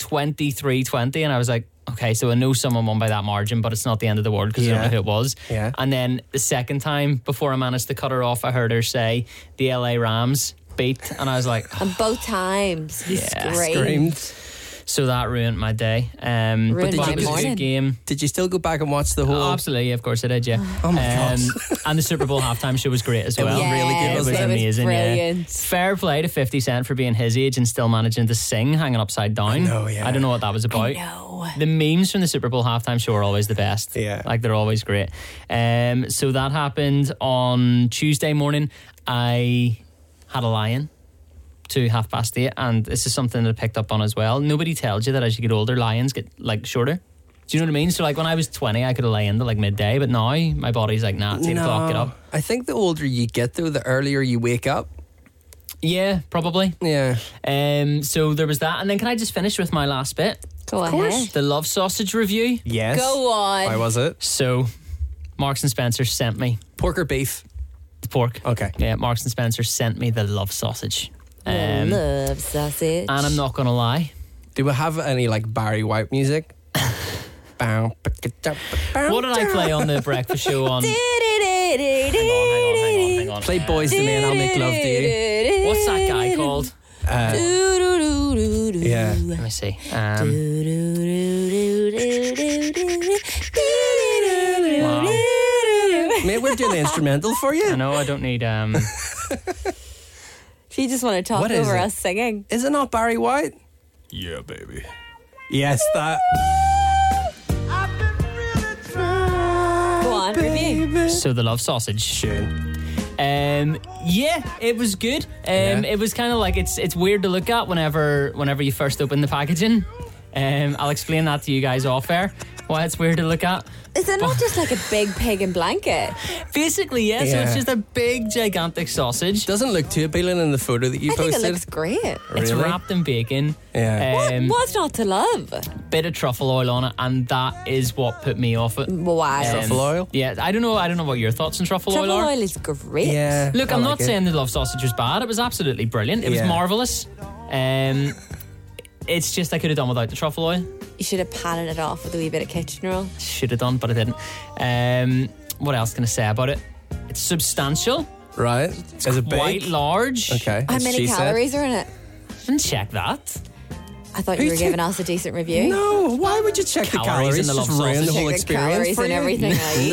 A: 23 20. And I was like, okay, so I know someone won by that margin, but it's not the end of the world because I don't
C: Yeah.
A: know who it was.
C: Yeah.
A: And then the second time, before I managed to cut her off, I heard her say, the LA Rams beat. And I was like,
B: And both times he
A: Yeah,
B: screamed.
C: Screamed.
A: so that ruined my day. Um,
B: Ruined
A: but
B: my
A: it was a
B: morning.
A: good game.
C: Did you still go back and watch the whole?
A: Oh, absolutely, of course I did, yeah. Um,
C: Oh my God.
A: And the Super Bowl halftime show was great as
C: was
A: well.
C: really good,
A: It was
C: wasn't it?
A: amazing, yeah.
B: brilliant.
A: Fair play to 50 Cent for being his age and still managing to sing hanging upside down. I
C: know, yeah.
A: I don't know what that was about.
B: No.
A: The memes from the Super Bowl halftime show are always the best.
C: Yeah.
A: Like they're always great. Um, so that happened on Tuesday morning. I had a lion to half past eight, and this is something that I picked up on as well. Nobody tells you that as you get older, lions get like shorter. Do you know what I mean? So like when I was twenty, I could have lay in to like midday, but now my body's like, nah, it's eight o'clock, get up.
C: I think the older you get, though, the earlier you wake up.
A: Yeah, probably.
C: Yeah.
A: Um, so there was that, and then can I just finish with my last bit?
B: Go
C: Of course.
B: ahead.
A: The love sausage review.
C: Yes.
B: Go on.
C: Why was it?
A: So, Marks and Spencer sent me
C: Pork or beef?
A: the pork.
C: Okay.
A: Yeah, Marks and Spencer sent me the love sausage. Um, and
B: Love sausage.
A: I'm not gonna lie.
C: Do we have any like Barry White music? Bow, ba-ka-da, ba-bow,
A: What did I play on the breakfast show on? Hang on, hang on, hang on, hang on.
C: Play Boys to Me and I'll Make Love to You.
A: What's that guy called?
C: Uh, yeah.
A: Let me see. Um,
C: Mate, we're doing the instrumental for
A: I
C: you.
A: know I don't need. Um,
B: She just want to talk
C: What is
B: over
C: it?
B: us singing.
C: Is it not Barry White?
D: Yeah, baby.
C: Yes, that.
B: Go on, review.
A: so the love sausage.
C: Tune.
A: Um, yeah, it was good. Um,
C: Yeah.
A: It was kind of like it's it's weird to look at whenever whenever you first open the packaging. Um, Um, I'll explain that to you guys off air. Why it's weird to look at.
B: Is it not just like a big pig and blanket?
A: Basically, yeah. So
C: Yeah.
A: it's just a big, gigantic sausage.
C: Doesn't look too appealing in the photo that you
B: I think it
C: posted.
B: looks great.
A: It's
C: Really?
A: wrapped in bacon.
C: Yeah.
B: What,
A: Um,
B: what's not to love?
A: Bit of truffle oil on it, and that is what put me off it.
B: Wow.
A: Um,
C: Truffle oil?
A: Yeah, I don't know. I don't know what your thoughts on truffle,
B: Trouble
A: oil are.
B: oil is great.
C: yeah.
A: Look,
C: I
A: I'm
C: like
A: not
C: it.
A: saying the love sausage was bad. It was absolutely brilliant. It
C: Yeah.
A: was marvelous. Um, it's just I could have done without the truffle oil.
B: You should have patted it off with a wee bit of kitchen roll.
A: Should have done, but I didn't. Um, what else can I say about it? It's substantial,
C: Right. Is it
A: quite
C: big?
A: large.
C: Okay.
B: How
C: that's
B: many
C: she said.
B: calories are in it?
A: Didn't check that.
B: I thought
C: Who
B: you were
C: took-
B: giving us a decent review.
C: No, why would you check the
A: Calories in
C: calories?
A: the
C: Just
A: love
C: ruin the
A: sausage.
C: whole
B: Check the
C: experience
B: calories
C: for
B: and
C: you?
B: everything I eat.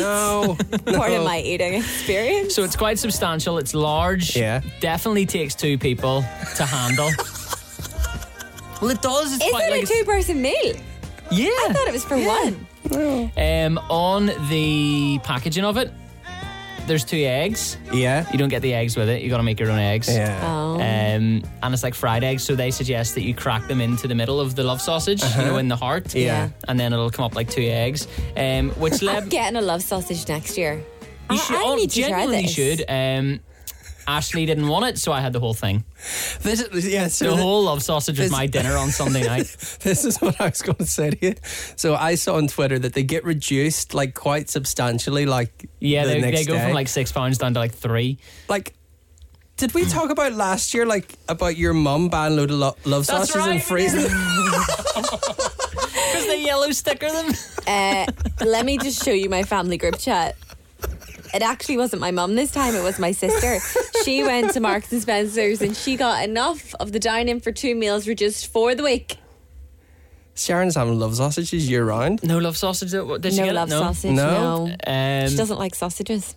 C: No,
B: Part
C: no.
B: of my eating experience.
A: So it's quite substantial. It's large.
C: Yeah.
A: Definitely takes two people to handle. well, it does. It's
B: Is
A: quite like
B: it a
A: it's-
B: two-person meal?
A: Yeah.
B: I thought it was for one.
A: Um, on the packaging of it, there's two eggs.
C: Yeah,
A: You don't get the eggs with it. You got to make your own eggs.
C: yeah.
B: Oh.
A: Um,
C: Uh-huh.
A: and it's like fried eggs, so they suggest that you crack them into the middle of the love sausage, you know, in the heart.
C: Uh-huh. Yeah.
A: And then it'll come up like two eggs, um, which
B: I'm
A: led
B: getting a love sausage next year. I,
A: you should,
B: I
A: oh,
B: need to try
A: genuinely
B: this.
A: should. Um, Ashley didn't want it, so I had the whole thing.
C: This is yeah. So
A: The
C: th-
A: whole love sausage was
C: This-
A: my dinner on Sunday night.
C: this is what I was going to say to you. So I saw on Twitter that they get reduced like quite substantially. Like
A: Yeah,
C: the
A: they,
C: next
A: they go
C: day.
A: from like six pounds down to like three.
C: like. Did we talk about last year, like about your mum buying a load of lo- love
A: That's
C: sausages
A: right, we
C: and freezing? them?
A: Because the yellow sticker them.
B: Uh, let me just show you my family group chat. It actually wasn't my mum this time, it was my sister. She went to Marks and Spencer's and she got enough of the dining for two meals reduced for the week.
C: Sharon's having love sausages year round.
A: No love sausage. though? Did she
B: no
A: get
B: love
A: it? No.
B: sausage,
C: No?
B: no.
A: Um,
B: She doesn't like sausages.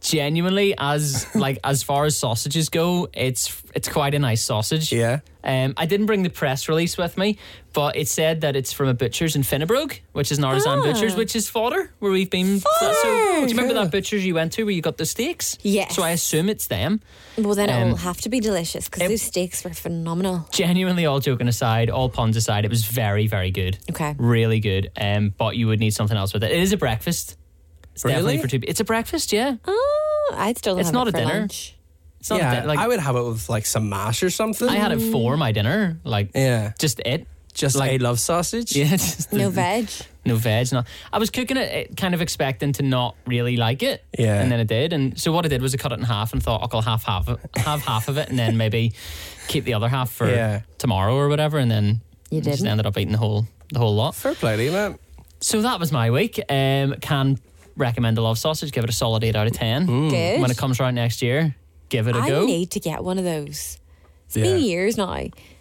A: genuinely as like as far as sausages go it's it's quite a nice sausage
C: Yeah.
A: um, I didn't bring the press release with me, but it said that it's from a butcher's in Finnebrook, which is an artisan
B: Ah.
A: butcher's, which is fodder where we've been. So, do you remember
C: yeah.
A: that butcher's you went to where you got the steaks?
B: Yes.
A: So I assume it's them.
B: Well, then
A: Um,
B: it will have to be delicious because
A: it-
B: those steaks were phenomenal.
A: Genuinely, all joking aside, all puns aside, it was very, very good.
B: Okay.
A: Really good. Um, but you would need something else with it. It is a breakfast. It's
C: Really?
A: definitely for two. It's a breakfast, yeah.
B: Oh, I'd still
A: It's
B: have
A: not
B: it
A: a
B: for
A: dinner.
B: lunch.
A: It's not a
C: yeah,
A: di- like
C: I would have it with like some mash or something.
A: I had it for my dinner. Like
C: Yeah.
A: just it.
C: just like a love sausage.
A: Yeah, just
B: No
A: the-
B: veg.
A: no veg. No, I was cooking it, eh, kind of expecting to not really like it.
C: Yeah.
A: and then I did, and so what I did was I cut it in half and thought "Look, I'll half half it, have half of it, and then maybe keep the other half for
C: Yeah.
A: tomorrow or whatever, and then
B: You
A: just
B: didn't?
A: ended up eating the whole the whole lot.
C: Fair play to you, man.
A: So that was my week. Um, can recommend the love sausage. Give it a solid eight out of ten.
B: Good.
A: When it comes around next year, give it a
B: I
A: go.
B: need to get one of those. It's
C: Yeah.
B: been years now.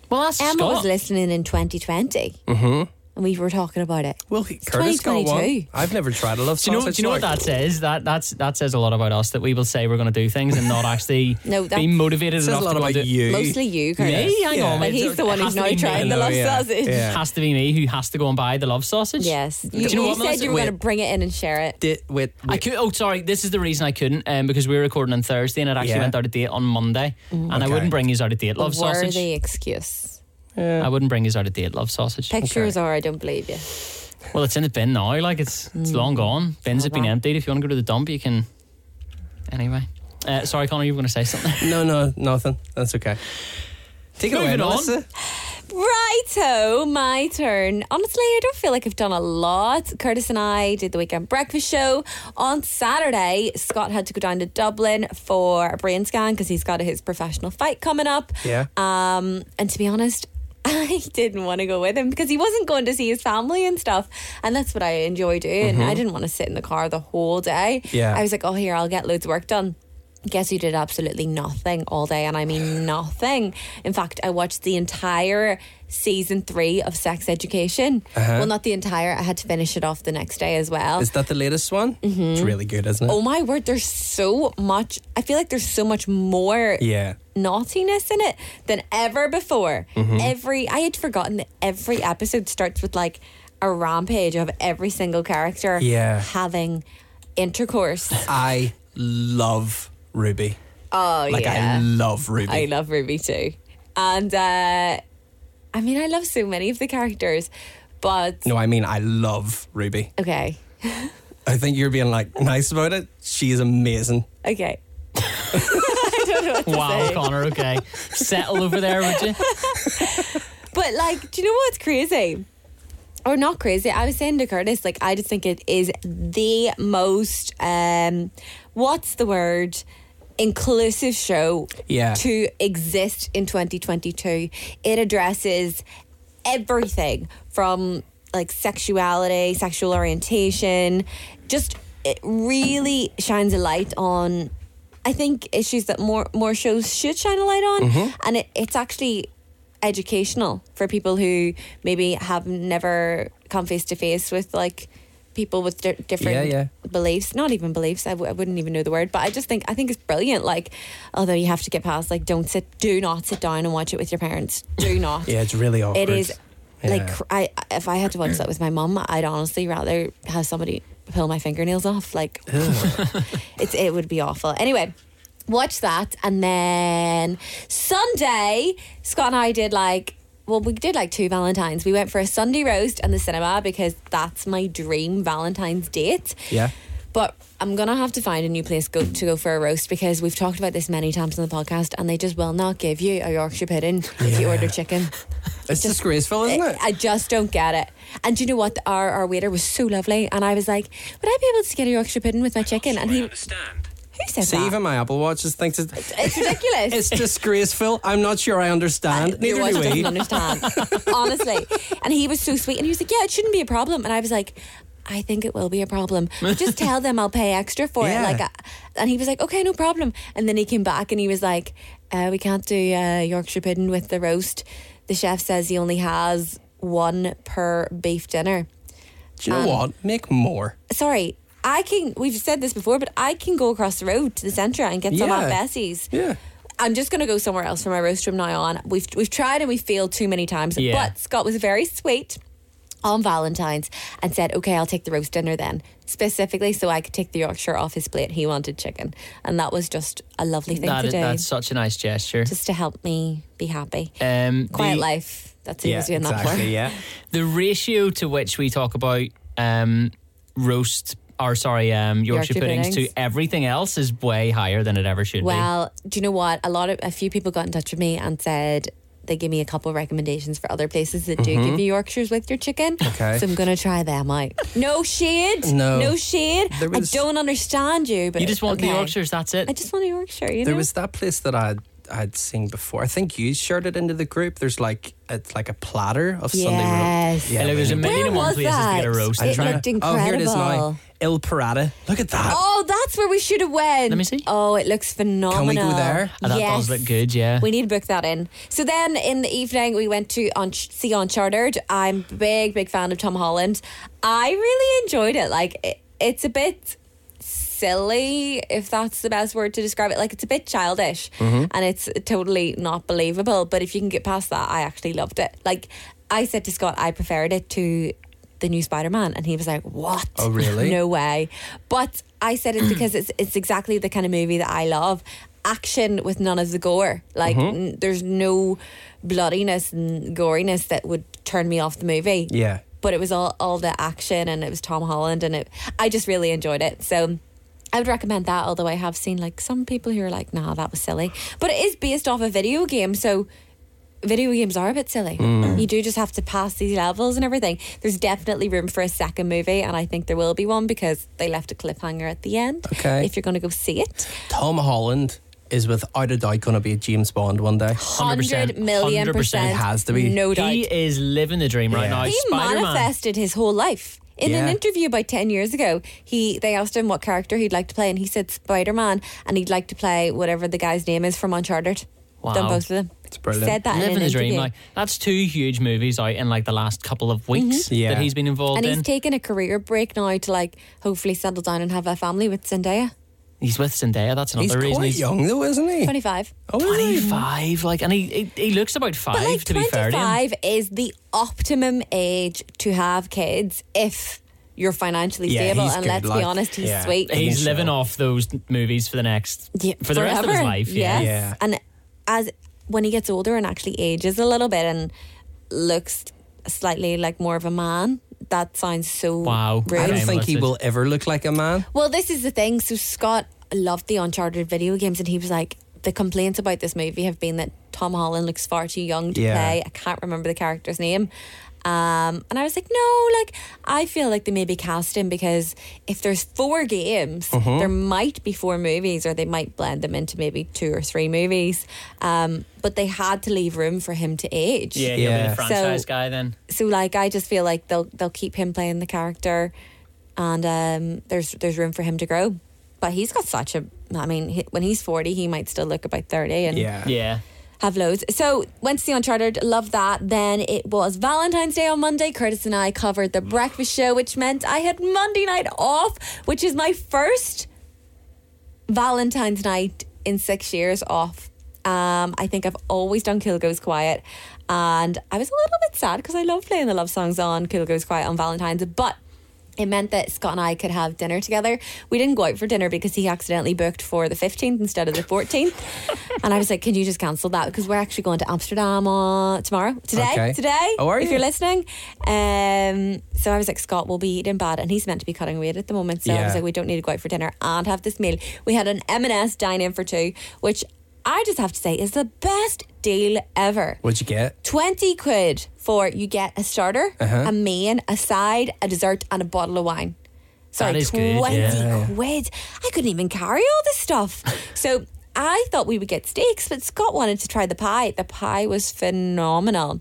A: well, that's
B: Emma
A: Scott.
B: was listening in 2020. Mm-hmm. And we were talking about it.
C: Well, Curtis got one.
B: 2022.
C: I've never tried a love
A: Do you know,
C: sausage.
A: do you know what
C: like-
A: that says? That that's that says a lot about us that we will say we're going to do things and not actually
B: No, that-
A: be motivated
C: says
A: enough
C: a lot
A: to go
C: about
A: and do it.
C: you.
B: Mostly you, Curtis.
A: Me, hang
C: Yeah.
A: on,
B: But
A: mate.
B: he's the
A: It
B: one who's
A: has to
B: now
A: be me.
B: trying the
C: Hello,
B: love
C: yeah.
B: sausage.
C: Yeah.
A: It has to be me who has to go and buy the love sausage.
B: Yes.
A: Do
B: You,
A: you know
B: you
A: what,
B: said
A: Melissa?
B: you were going to
C: Wait.
B: bring it in and share it.
C: Did, wait, wait.
A: I could. Oh, sorry. This is the reason I couldn't, um, because we were recording on Thursday and it actually
C: Yeah.
A: went out of date on Monday, and I
C: Okay.
A: wouldn't bring his out of date love sausage.
B: Worthy excuse.
A: I wouldn't bring his out of date love sausage.
B: Pictures are, I don't believe you.
A: Well, it's in the bin now. Like it's it's long gone. Bins have been
B: Alright.
A: emptied. If you want to go to the dump, you can. Anyway, uh, sorry, Connor. You were going to say something.
C: No, no, nothing. That's okay. Take it away,
A: Moving on.
C: Melissa.
B: Righto, my turn. Honestly, I don't feel like I've done a lot. Curtis and I did the weekend breakfast show on Saturday. Scott had to go down to Dublin for a brain scan because he's got his professional fight coming up.
C: Yeah.
B: Um, and to be honest, I didn't want to go with him because he wasn't going to see his family and stuff. And that's what I enjoy doing. I didn't want to sit in the car the whole day.
C: Mm-hmm. Yeah.
B: I was like, oh, here, I'll get loads of work done. Guess who did absolutely nothing all day? And I mean nothing. In fact, I watched the entire season three of Sex Education. Well, not the entire, I had to finish it off the next day as well.
C: Uh-huh. Is that the latest one? It's really good, isn't it?
B: Mm-hmm. oh my word, there's so much. I feel like there's so much more
C: Yeah.
B: naughtiness in it than ever before.
C: Mm-hmm.
B: Every I had forgotten that every episode starts with like a rampage of every single character
C: Yeah.
B: having intercourse.
C: I love Ruby.
B: Oh
C: Like,
B: yeah.
C: I love Ruby.
B: I love Ruby too. And uh, I mean, I love so many of the characters, but
C: No, I mean, I love Ruby.
B: okay,
C: I think you're being like nice about it. She is amazing.
B: okay.
A: Wow,
B: say.
A: Connor. Okay, settle over there, would you?
B: But like, do you know what's crazy? Or not crazy. I was saying to Curtis, like, I just think it is the most um what's the word? Inclusive show
C: Yeah.
B: to exist in 2022. It addresses everything from like sexuality, sexual orientation, just it really shines a light on I think issues that more more shows should shine a light on,
C: Mm-hmm.
B: and it, it's actually educational for people who maybe have never come face to face with like people with di- different
C: Yeah, yeah.
B: beliefs. Not even beliefs. I, w- I wouldn't even know the word, but I just think I think it's brilliant. Like, although you have to get past like don't sit, do not sit down and watch it with your parents. Do not.
C: Yeah, it's really
B: It
C: awkward.
B: is like
C: Yeah.
B: cr- I if I had to watch that with my mum, I'd honestly rather have somebody pull my fingernails off. Like it's it would be awful. Anyway, watch that and then Sunday, Scott and I did like well, we did like two Valentines. We went for a Sunday roast and the cinema because that's my dream Valentine's date.
C: Yeah.
B: But I'm gonna have to find a new place go, to go for a roast because we've talked about this many times on the podcast, and they just will not give you a Yorkshire pudding if you
C: Yeah.
B: order chicken.
C: It's disgraceful, isn't it?
B: I just don't get it. And do you know what? Our, our waiter was so lovely, and I was like, "Would I be able to get a Yorkshire pudding with my chicken?" And he, who
D: understand.
B: said
C: See,
B: that?
C: even my Apple Watch just thinks it's,
B: it's ridiculous.
C: it's disgraceful. I'm not sure I understand.
B: Your
C: Neither
B: wife
C: do we.
B: doesn't understand, honestly. And he was so sweet, and he was like, "Yeah, it shouldn't be a problem." And I was like, "I think it will be a problem. Just tell them I'll pay extra for
C: Yeah.
B: it." Like, I, and he was like, "Okay, no problem." And then he came back and he was like, uh, "We can't do uh, Yorkshire pudding with the roast. The chef says he only has one per beef dinner."
C: Do you know what? Make more.
B: Sorry. I can. We've said this before, but I can go across the road to the centre and get some
C: Yeah.
B: at Bessie's.
C: Yeah.
B: I'm just going to go somewhere else for my roast from now on. We've we've tried and we failed too many times.
A: Yeah.
B: But Scott was very sweet on Valentine's and said, "Okay, I'll take the roast dinner then." Specifically, so I could take the Yorkshire off his plate. He wanted chicken, and that was just a lovely thing
A: That
B: to
A: is,
B: do,
A: that's such a nice gesture.
B: just to help me be happy.
A: Um,
B: Quiet
A: the-
B: life. That's who
C: yeah,
B: was doing that for.
C: exactly. Yeah.
A: the ratio to which we talk about um, roast or sorry um, Yorkshire,
B: Yorkshire
A: puddings,
B: puddings.
A: to everything else is way higher than it ever should
B: Well, do you know what? A lot of a few people got in touch with me and said they gave me a couple of recommendations for other places that do
A: Mm-hmm.
B: give you Yorkshires with your chicken.
C: Okay.
B: So I'm gonna try them out. No shade.
C: No.
B: No shade.
C: There was-
B: I don't understand you, but
A: be. You just want
B: okay.
A: the Yorkshires. That's it.
B: I just want a Yorkshire, you
C: There
B: know?
C: was that place that I'd I'd seen before. I think you shared it into the group. There's like it's like a platter of Sunday
B: Yes.
C: roast.
A: and there was a
C: we-
A: million
B: Where
A: and one
B: was
A: places to get a
B: that?
A: roast.
B: I
C: I'm
A: It's
B: It
C: trying
A: right.
B: looked
C: to- Oh, here it is now.
B: incredible.
C: Il Parada. Look at that.
B: Oh, that's where we should have went.
A: Let me see.
B: Oh, it looks phenomenal.
C: there?
A: And Oh, that
B: yes.
A: does look good, yeah.
B: We need to book that in. So then in the evening, we went to on see Uncharted. I'm a big, big fan of Tom Holland. I really enjoyed it. Like, it, it's a bit silly, if that's the best word to describe it. Like, it's a bit childish
C: Mm-hmm.
B: and it's totally not believable. But if you can get past that, I actually loved it. Like, I said to Scott, I preferred it to the new Spider Man. And he was like, What?
C: Oh, really?
B: No way. But I said it's because it's it's exactly the kind of movie that I love. Action with none of the gore. Like n- there's no bloodiness and goriness that would turn me off the movie.
C: Yeah.
B: But it was all all the action and it was Tom Holland and it I just really enjoyed it. So I would recommend that, although I have seen like some people who are like, nah, that was silly. But it is based off a video game, so video games are a bit silly.
C: Mm.
B: You do just have to pass these levels and everything. There's definitely room for a second movie, and I think there will be one because they left a cliffhanger at the end.
C: Okay.
B: If you're going to go see it,
C: Tom Holland is without a doubt going to be a James Bond one day.
A: 100%,
B: 100 million
A: 100%.
B: percent.
C: It has to be.
B: No doubt.
A: he
B: He,
A: is living the dream right
C: Yeah.
A: now.
C: He
A: Spider Man.
B: manifested his whole life. In an
C: Yeah.
B: interview about 10 years ago, he they asked him what character he'd like to play, and he said Spider Man, and he'd like to play whatever the guy's name is from Uncharted.
A: Wow.
B: Done both of them. It's
C: brilliant.
B: Said that in
A: Living
B: an
A: the dream.
B: interview.
A: Like that's two huge movies out in like the last couple of weeks
C: Yeah.
A: that he's been involved
B: Mm-hmm.
A: in.
B: and he's taken a career break now to like hopefully settle down and have a family with Zendaya.
A: he's with Zendaya. That's another
C: He's
A: reason
C: quite
A: he's
C: young though, isn't he?
B: Twenty five.
C: Oh, is he?
A: 25. Like, and he he, he looks about five.
B: But like
A: to be fair to him.
B: 25 is the optimum age to have kids if you're financially
C: Yeah,
B: stable.
C: he's
B: And
C: good,
B: let's be
C: like,
B: honest, he's
C: yeah.
B: sweet.
C: He-
A: He's
C: Sure.
A: living off those movies for the next
B: Yeah,
A: for the rest of his
B: forever.
A: life. Yeah.
B: Yes.
C: Yeah.
B: And as when he gets older and actually ages a little bit and looks slightly like more of a man. That sounds so
A: Wow.
B: rude.
C: I don't
A: Okay,
C: think he
A: Melissa.
C: will ever look like a man.
B: Well, this is the thing. So Scott loved the Uncharted video games, and he was like, the complaints about this movie have been that Tom Holland looks far too young to
C: Yeah.
B: play. I can't remember the character's name. Um, and I was like, no, like I feel like they maybe cast him because if there's four games, there might be four movies, or they might blend them into maybe two or three movies. Um, but they had to leave room for him to age.
A: Yeah, he'll be
C: Yeah.
A: the franchise
B: So-
A: guy then.
B: So like I just feel like they'll they'll keep him playing the character and um there's there's room for him to grow. But he's got such a I mean he, when he's 40 he might still look about 30 and
A: Yeah.
B: have loads. So went to see Uncharted, love that. Then it was Valentine's Day on Monday. Curtis and I covered the breakfast show which meant I had Monday night off, which is my first Valentine's night in six years off. Um, I think I've always done Kill Goes Quiet. And I was a little bit sad because I love playing the love songs on Kill Goes Quiet on Valentine's. But it meant that Scott and I could have dinner together. We didn't go out for dinner because he accidentally booked for the 15th instead of the 14th. and I was like, can you just cancel that? Because we're actually going to Amsterdam on tomorrow. Today.
C: Okay.
B: Today.
C: Oh, are
B: if
C: you?
B: you're listening. Um, so I was like, Scott will be eating bad. And he's meant to be cutting weight at the moment. So I
C: Yeah.
B: was like, we don't need to go out for dinner and have this meal. We had an M&S dine-in for two, which I just have to say is the best deal ever.
C: What'd you get?
B: 20 quid for you get a starter,
A: Uh-huh.
B: a main, a side, a dessert, and a bottle of wine. Sorry,
A: That is good,
B: 20
A: yeah.
B: quid. I couldn't even carry all this stuff. so I thought we would get steaks, but Scott wanted to try the pie. The pie was phenomenal.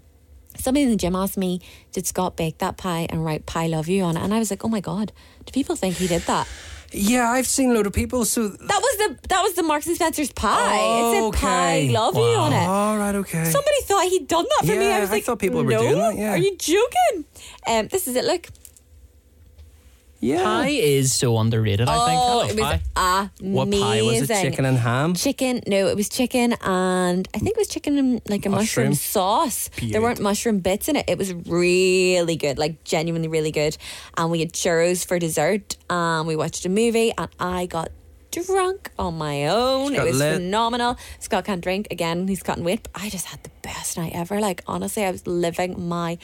B: Somebody in the gym asked me, Did Scott bake that pie and write Pie Love You on it? And I was like, Oh my God, do people think he did that?
C: Yeah, I've seen a load of people. So,
B: That was the that was the Marks and Spencer's pie. it said
C: Okay.
B: Pie Love You on it.
C: all right, okay.
B: Somebody thought he'd done that for me.
C: Yeah,
B: I was
C: I
B: like,
C: thought people were
B: no,
C: doing that, yeah.
B: Are you joking? Um, this is it. Look.
C: yeah.
A: Pie is so underrated, I think. I
B: Oh,
A: love
B: it
A: pie.
B: was amazing.
C: What pie was it? Chicken and ham?
B: Chicken. No, it was chicken and I think it was chicken and like a mushroom,
C: Mushroom.
B: sauce. There weren't mushroom bits in it. It was really good, like genuinely really good. And we had churros for dessert. And we watched a movie, and I got drunk on my own. It
C: got
B: was
C: lit.
B: phenomenal. Scott can't drink again. He's cutting weight. But I just had the best night ever. Like honestly, I was living my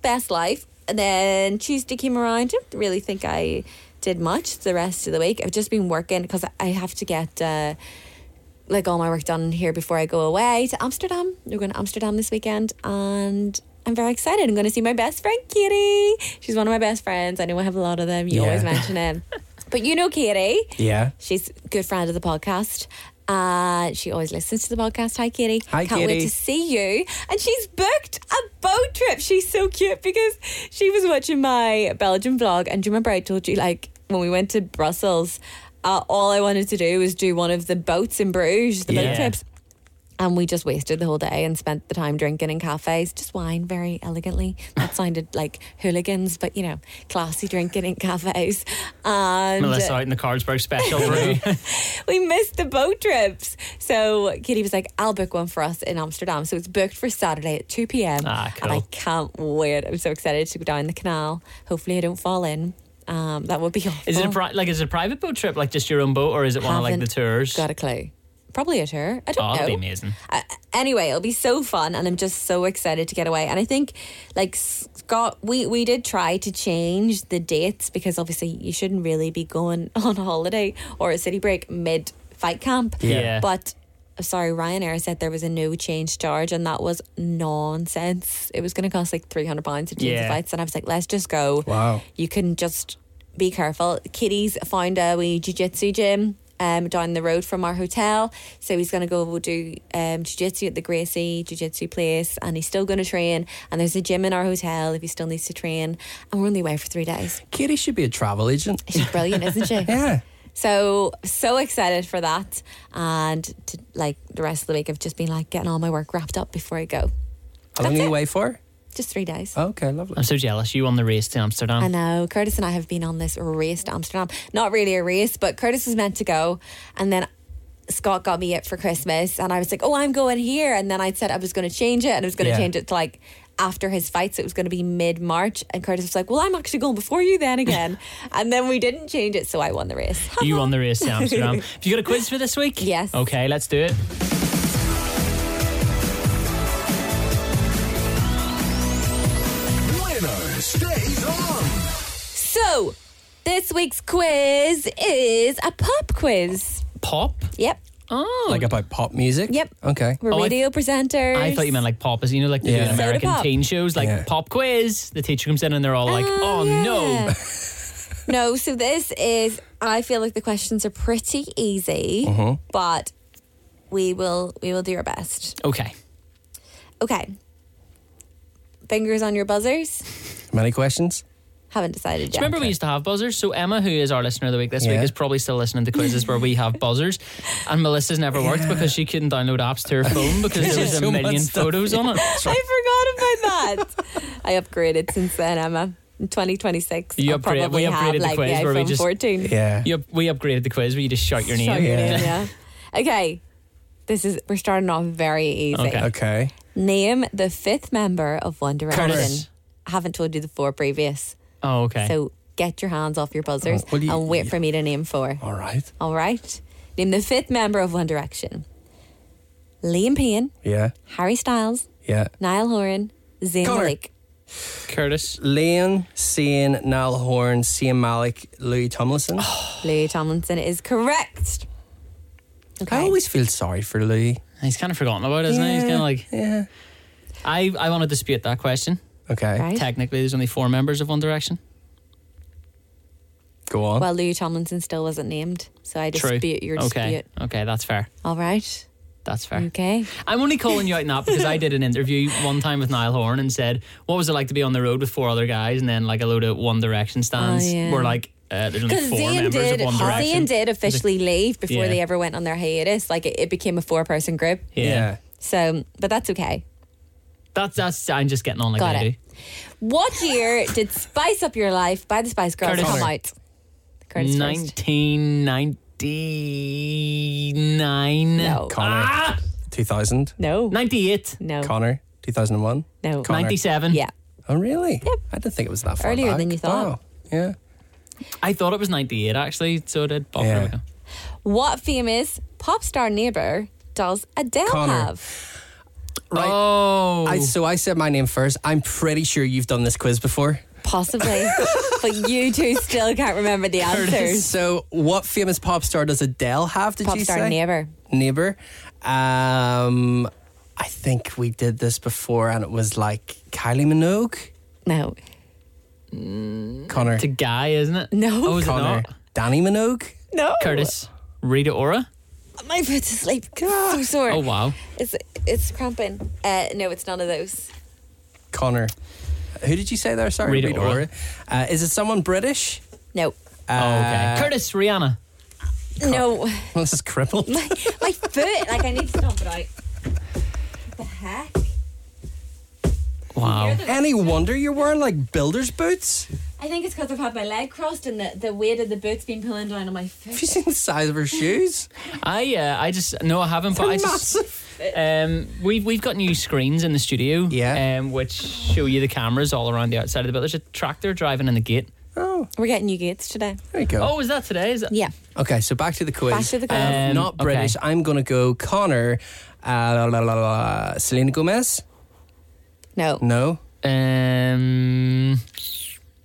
B: best life. And then Tuesday came around. Didn't really think I did much the rest of the week. I've just been working because I have to get. Uh, like all my work done here before I go away to Amsterdam. We're going to Amsterdam this weekend and I'm very excited. I'm going to see my best friend, Katie. She's one of my best friends. I know I have a lot of them. You
C: Yeah.
B: always mention him. but you know Katie.
C: Yeah.
B: She's a good friend of the podcast. Uh, she always listens to the podcast. Hi, Katie.
C: Hi,
B: Can't wait
C: Katie.
B: to see you. And she's booked a boat trip. She's so cute because she was watching my Belgian vlog. And do you remember I told you, like, when we went to Brussels, uh, all I wanted to do was do one of the boats in Bruges, the
A: Yeah.
B: boat trips. And we just wasted the whole day and spent the time drinking in cafes, just wine very elegantly. That sounded like hooligans, but you know, classy drinking in cafes. And
A: Melissa out in the Carlsberg special brew.
B: we missed the boat trips. So Kitty was like, I'll book one for us in Amsterdam. So it's booked for Saturday at 2 p.m.
A: Ah,
B: And I
A: cool.
B: can't wait. I'm so excited to go down the canal. Hopefully, I don't fall in. Um, that would be awful.
A: Is it a pri- like is it a private boat trip, like just your own boat, or is it one of like the
B: Haven't
A: tours?
B: Got a clue. Probably a tour. I don't
A: oh,
B: know.
A: that'd be amazing.
B: Uh, anyway, it'll be so fun, and I'm just so excited to get away. And I think, like Scott, we we did try to change the dates because obviously you shouldn't really be going on holiday or a city break mid fight camp.
A: Yeah.
B: But sorry, Ryanair said there was a no change charge, and that was nonsense. It was going to cost like three hundred pounds to change
A: Yeah.
B: the flights, and I was like, let's just go.
C: Wow.
B: You can just be careful. Kitty's found a wee jiu-jitsu gym um, down the road from our hotel. So he's going to go do um, jiu-jitsu at the Gracie jiu-jitsu place and he's still going to train. And there's a gym in our hotel if he still needs to train. And we're only away for three days.
C: Katie should be a travel agent.
B: She's brilliant, isn't she?
C: Yeah.
B: So, so excited for that. And to, like the rest of the week, I've just been like getting all my work wrapped up before I go.
C: How
B: That's
C: long are you
B: it.
C: away for?
B: Just three days.
C: Okay, lovely.
A: I'm so jealous. You won the race to Amsterdam.
B: I know. Curtis and I have been on this race to Amsterdam. Not really a race, but Curtis was meant to go. And then Scott got me it for Christmas. And I was like, oh, I'm going here. And then I said I was going to change it. And I was going to
C: Yeah.
B: change it to like after his fight. So it was going to be mid March. And Curtis was like, well, I'm actually going before you then again. and then we didn't change it. So I won the race.
A: You won the race to Amsterdam. Have you got a quiz for this week?
B: Yes.
A: Okay, let's do it.
B: This week's quiz is a pop quiz.
A: Pop?
B: Yep.
A: Oh.
C: Like about pop music?
B: Yep.
C: Okay.
B: We're
A: Oh, I-
B: radio presenters.
A: I thought you meant like pop, as you know, like they
C: Yeah.
A: do in
B: Soda
A: American
B: pop.
A: teen shows, like
C: Yeah.
A: pop quiz. The teacher comes in and they're all like, "Oh no!"
B: no. no, so this is, I feel like the questions are pretty easy,
A: Uh-huh.
B: but we will we will do our best.
A: Okay,
B: Okay. Fingers on your buzzers.
C: Many questions?
B: Haven't decided yet.
A: Remember, we used to have buzzers. So Emma, who is our listener of the week this
C: Yeah.
A: week, is probably still listening to quizzes where we have buzzers. And Melissa's never worked because she couldn't download apps to her phone because there was a
C: So much
A: million
C: stuff.
A: photos on it.
B: I forgot about that. I upgraded since then, Emma. In 2026.
A: You
B: I'll
A: upgrade-
B: probably
A: we
B: have,
A: upgraded the
B: like,
A: quiz
B: the
A: where we
B: iPhone
A: just-
B: 14.
C: Yeah.
A: You, we upgraded the quiz where you just shout your
B: Shout
A: name.
B: your
C: Yeah.
B: name, yeah. Okay. This is we're starting off very easy.
A: Okay.
C: Okay.
B: Name the fifth member of One Direction.
A: Curtis.
B: I haven't told you the four previous.
A: Oh, okay.
B: So get your hands off your buzzers
C: Oh, well, you-
B: and wait for me to name four.
A: Oh.
C: All right.
B: All right. Name the fifth member of One Direction. Liam Payne,
C: Yeah.
B: Harry Styles,
C: Yeah.
B: Niall Horan, Zayn
C: Connor.
B: Malik.
A: Curtis.
C: Liam, Sean, Niall Horn, Sean Malik, Louis Tomlinson.
B: Louis Tomlinson is correct. Okay.
C: I always feel sorry for Louis.
A: He's kind of forgotten about, it, isn't he? He's kind of like,
C: Yeah.
A: I, I want to dispute that question.
C: Okay.
B: Right.
A: Technically, there's only four members of One Direction.
C: Go on.
B: well, Louis Tomlinson still wasn't named, so I
A: True.
B: dispute your dispute.
A: okay. Okay, that's fair.
B: All right.
A: That's fair.
B: Okay.
A: I'm only calling you out now because I did an interview one time with Niall Horn and said, "What was it like to be on the road with four other guys?" And then like a load of One Direction stands
B: Oh, yeah.
A: were like, uh, "There's only
B: Because
A: four
B: Zayn
A: members
B: did,
A: of One Direction."
B: Zayn did officially leave before
A: Yeah.
B: they ever went on their hiatus. Like it, it became a four-person group.
A: Yeah.
B: So, but that's okay.
A: that's that's. I'm just getting on like
B: Got
A: I
B: it. What year did "Spice Up Your Life" by the Spice Girls
A: Curtis.
B: come
A: Connor.
B: out?
A: do.
B: Curtis first.
A: 1999.
B: No.
C: Connor.
A: Ah!
C: 2000.
B: No.
A: 98.
B: No.
C: Connor. 2001.
B: No.
C: Connor.
A: 97.
B: Yeah.
C: Oh, really? Yep. I didn't think it was that far.
B: Earlier
C: back.
B: than you thought.
C: Wow. Yeah.
A: I thought it was 98 actually, so it did pop
C: Yeah.
A: there we go.
B: What famous pop star neighbor does Adele
C: Connor.
B: have?
C: Right.
A: Oh.
C: I, so I said my name first. I'm pretty sure you've done this quiz before.
B: Possibly, but you two still can't remember the answers.
C: So, what famous pop star does Adele have? Did
B: Pop
C: you
B: star
C: say?
B: neighbor.
C: neighbor. Um, I think we did this before, and it was like Kylie Minogue,
B: No.
C: Connor,
A: It's a guy, isn't it?
B: No.
A: Oh, is it
C: Connor,
A: not?
C: Danny Minogue.
B: No.
A: Curtis. Rita Ora.
B: My foot's asleep. So sore.
A: Oh wow.
B: It's it's cramping. Uh, no, it's none of those.
C: Connor, who did you say there? Sorry,
A: Rita Ora.
C: Uh, is it someone British?
B: No.
A: oh,
C: Uh,
A: okay. Curtis. Rihanna.
B: No.
C: This is crippled.
B: My, my foot. Like I need to stomp it out. What the heck?
A: Wow.
C: Any wonder you're wearing like builder's boots?
B: I think it's because I've had my leg crossed and the, the weight of the boot's been pulling down on my
C: Have
B: foot.
C: you seen the size of her shoes?
A: I uh, I just no, I haven't. But I just um, we've we've got new screens in the studio,
C: Yeah.
A: um, which show you the cameras all around the outside of the building. There's a tractor driving in the gate.
C: Oh,
B: We're getting new gates today.
C: there you go.
A: Oh, is that today? Is that
B: Yeah.
C: Okay, so back to the quiz.
B: Back to the quiz.
A: Um,
C: Not
A: okay.
C: British. I'm going to go Connor, uh, la, la, la, la, Selena Gomez.
B: No.
C: No.
A: Um,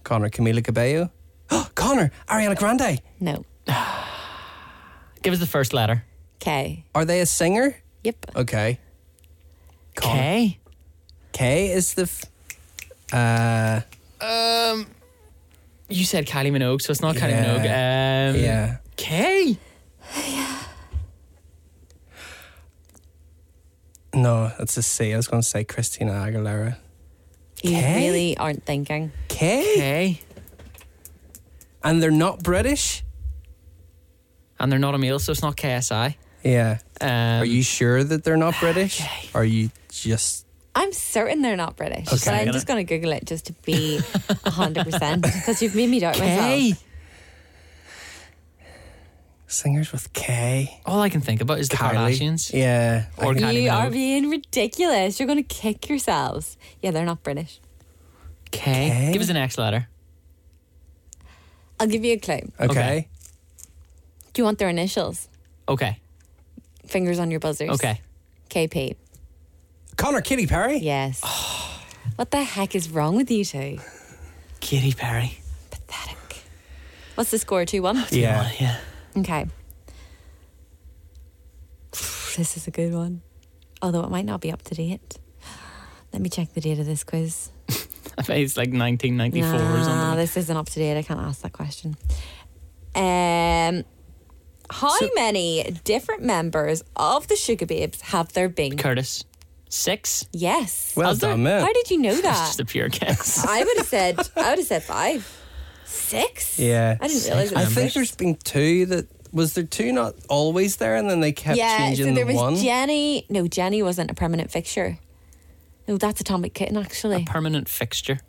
C: Connor Camila Cabello. Connor Ariana Grande.
B: No.
A: give us the first letter.
B: Okay.
C: Are they a singer?
B: Yep.
C: Okay. Connor.
A: K.
C: K is the. F- uh,
A: You said Kylie Minogue, so it's not Kylie
C: Yeah.
A: Minogue. Um,
C: yeah.
A: K.
C: No, that's a C. I was going to say Christina Aguilera.
B: You
C: Okay.
B: really aren't thinking.
C: K.
A: K.
C: And they're not British.
A: And they're not a male, so it's not KSI.
C: Yeah.
A: Um,
C: Are you sure that they're not British? Are you just
B: I'm certain they're not British.
C: Okay.
B: But I'm just going to Google it just to be 100% because you've made me doubt
A: K?
B: myself.
C: singers with K?
A: All I can think about is the Kardashians.
C: Yeah.
A: Or
C: I-
A: Kylie
B: You are
A: Minogue.
B: being ridiculous. You're going to kick yourselves. Yeah, they're not British.
A: K.
C: K?
A: Give us the next letter.
B: I'll give you a clue.
A: Uh.
C: okay.
A: Okay.
B: Do you want their initials?
A: Okay.
B: Fingers on your buzzers.
A: Okay.
B: KP.
C: Connor Kitty Perry.
B: Yes. what the heck is wrong with you two?
A: Katy Perry.
B: Pathetic. What's the score? 2 1?
C: Yeah.
A: yeah.
B: Okay. This is a good one. Although it might not be up to date. Let me check the date of this quiz.
A: I think it's like 1994 or
B: Nah,
A: something.
B: this isn't up to date. I can't ask that question. Um, how many different members of the Sugar Babes have there been?
A: Curtis, six.
B: yes.
C: Well
A: How's that?
C: done, man.
B: How did you know
A: That's
B: that?
A: just a pure guess.
B: I would have said. I would have said five, six.
C: Yeah.
B: I didn't realize. It
C: I
B: was
C: think
B: six.
C: there's been two that was there two not always there and then they kept
B: Yeah,
C: changing
B: so there
C: the
B: was
C: one.
B: Jenny. No, Jenny wasn't a permanent fixture. No, that's Atomic Kitten actually.
A: Permanent fixture.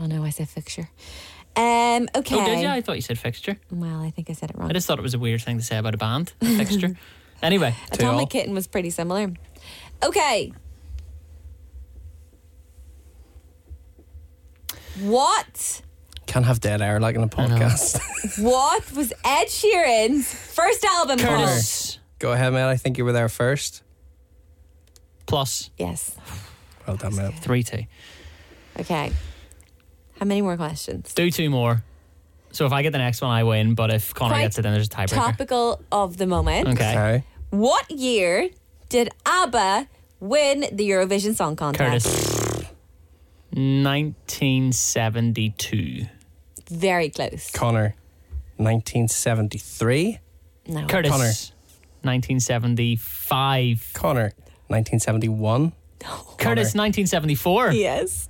B: oh no, I said fixture. Um. Okay.
A: Oh, did you? I thought you said fixture.
B: Well, I think I said it wrong.
A: I just thought it was a weird thing to say about a band, a fixture. anyway,
C: Two all.
B: Atomic Kitten was pretty similar. Okay. What
C: Can't have dead air like in a podcast.
B: what was Ed Sheeran's first album called?
A: Curtis
C: Go ahead, man. I think you were there first.
A: plus
B: Yes.
C: Well done, man.
A: three two.
B: Okay. How many more questions?
A: Do two more. So if I get the next one, I win. But if Connor
B: Quite
A: gets it, then there's a tiebreaker.
B: Topical of the moment.
A: Okay.
C: Okay.
B: What year did ABBA win the Eurovision Song Contest?
A: Curtis. 1972.
B: Very close.
C: Connor, 1973.
B: No.
A: Curtis.
C: Connor.
A: 1975.
C: Connor, 1971.
A: Curtis, 1974.
B: Yes.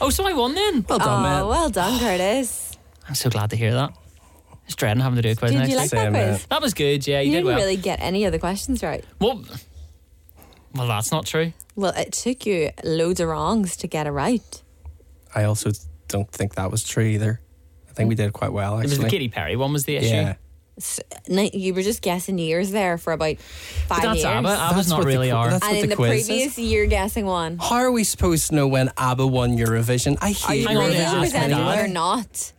A: Oh, so I won then.
C: Well done,
B: Oh,
C: man.
B: well done, Curtis.
A: I'm so glad to hear that. It's dreading having to do a quiz
B: Did
A: next
B: you like
A: week.
C: Same,
B: that
C: man.
B: quiz?
A: That was good. Yeah, you,
B: You
A: did
B: didn't
A: well.
B: really get any of the questions right.
A: well. Well, that's not true.
B: Well, it took you loads of wrongs to get it right.
C: I also don't think that was true either. I think we
B: Mm.
C: did quite well,
A: It was
C: actually.
A: the Katy Perry one was the issue.
C: yeah.
B: S- n- You were just guessing years there for about five
A: But that's
B: years.
A: ABBA. ABBA's
C: That's
A: not
C: what the
A: really
C: qu-
A: our.
C: that's-
B: And
C: what
B: in
C: the
B: the
C: quiz is.
B: previous year, guessing one.
C: How are we supposed to know when ABBA won Eurovision? I hate
A: Hang on,
B: Really,
A: yeah.
C: Eurovision.
A: ask my
B: presented
A: dad.
B: or not?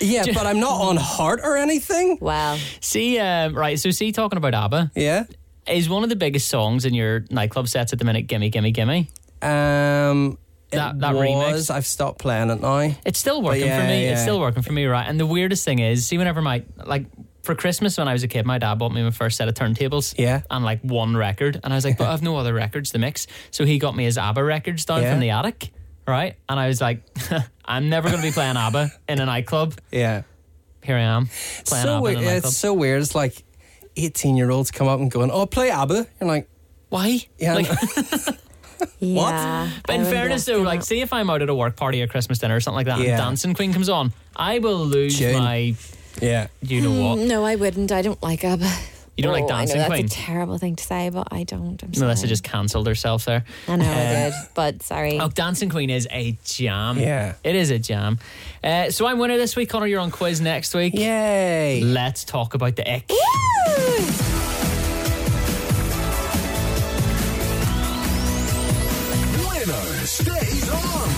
C: Yeah, but I'm not on heart or anything.
B: Wow.
A: See, um, right, so see, talking about ABBA,
C: Yeah.
A: is one of the biggest songs in your nightclub sets at the minute, Gimme, Gimme, Gimme.
C: Um, it
A: That- that
C: was.
A: remix?
C: I've stopped playing it now.
A: It's still working
C: yeah,
A: for me.
C: yeah.
A: It's still working for me, right? And the weirdest thing is, see, whenever my like for Christmas when I was a kid, my dad bought me my first set of turntables.
C: Yeah.
A: And like one record. And I was like, but I have no other records to mix. So he got me his ABBA records down
C: Yeah.
A: from the attic. Right? And I was like, I'm never gonna be playing ABBA in a nightclub.
C: Yeah.
A: Here I am. Playing
C: So
A: ABBA
C: weird.
A: in a nightclub.
C: It's so weird. It's like 18 year olds come up and going, oh, play ABBA. You're like,
A: Why?
C: Yeah,
A: Like,
C: no. What?
B: Yeah,
A: But
B: I
A: in
B: wouldn't
A: fairness,
B: guess
A: though,
B: that.
A: like, see if I'm out at a work party or Christmas dinner or something like that,
C: Yeah.
A: and Dancing Queen comes on, I will lose
C: Tune.
A: my,
C: yeah.
A: you know what?
C: Mm.
B: No, I wouldn't. I don't like ABBA. Oh,
A: You don't like Dancing
B: I know
A: Queen?
B: That's a terrible thing to say, but I don't. I'm sorry.
A: Melissa just cancelled herself there.
B: I know I
A: Uh,
B: did, but sorry.
A: Oh, Dancing Queen is a jam.
C: Yeah.
A: It is a jam. Uh, so I'm winner this week, Connor. You're on quiz next week.
C: Yay.
A: Let's talk about the ick.
D: Winner stays on.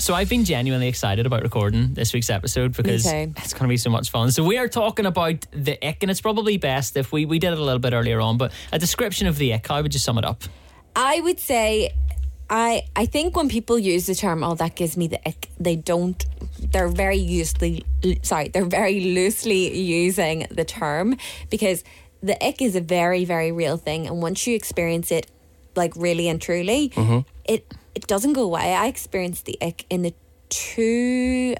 A: So I've been genuinely excited about recording this week's episode because
B: too.
A: it's going to be so much fun. So we are talking about the ick, and it's probably best if we, we did it a little bit earlier on, but a description of the ick, how would you sum it up?
B: I would say, I I think when people use the term "oh, that gives me the ick," they don't. They're very loosely sorry. They're very loosely using the term because the ick is a very very real thing, and once you experience it, like really and truly, it it doesn't go away. I experienced the ick in the two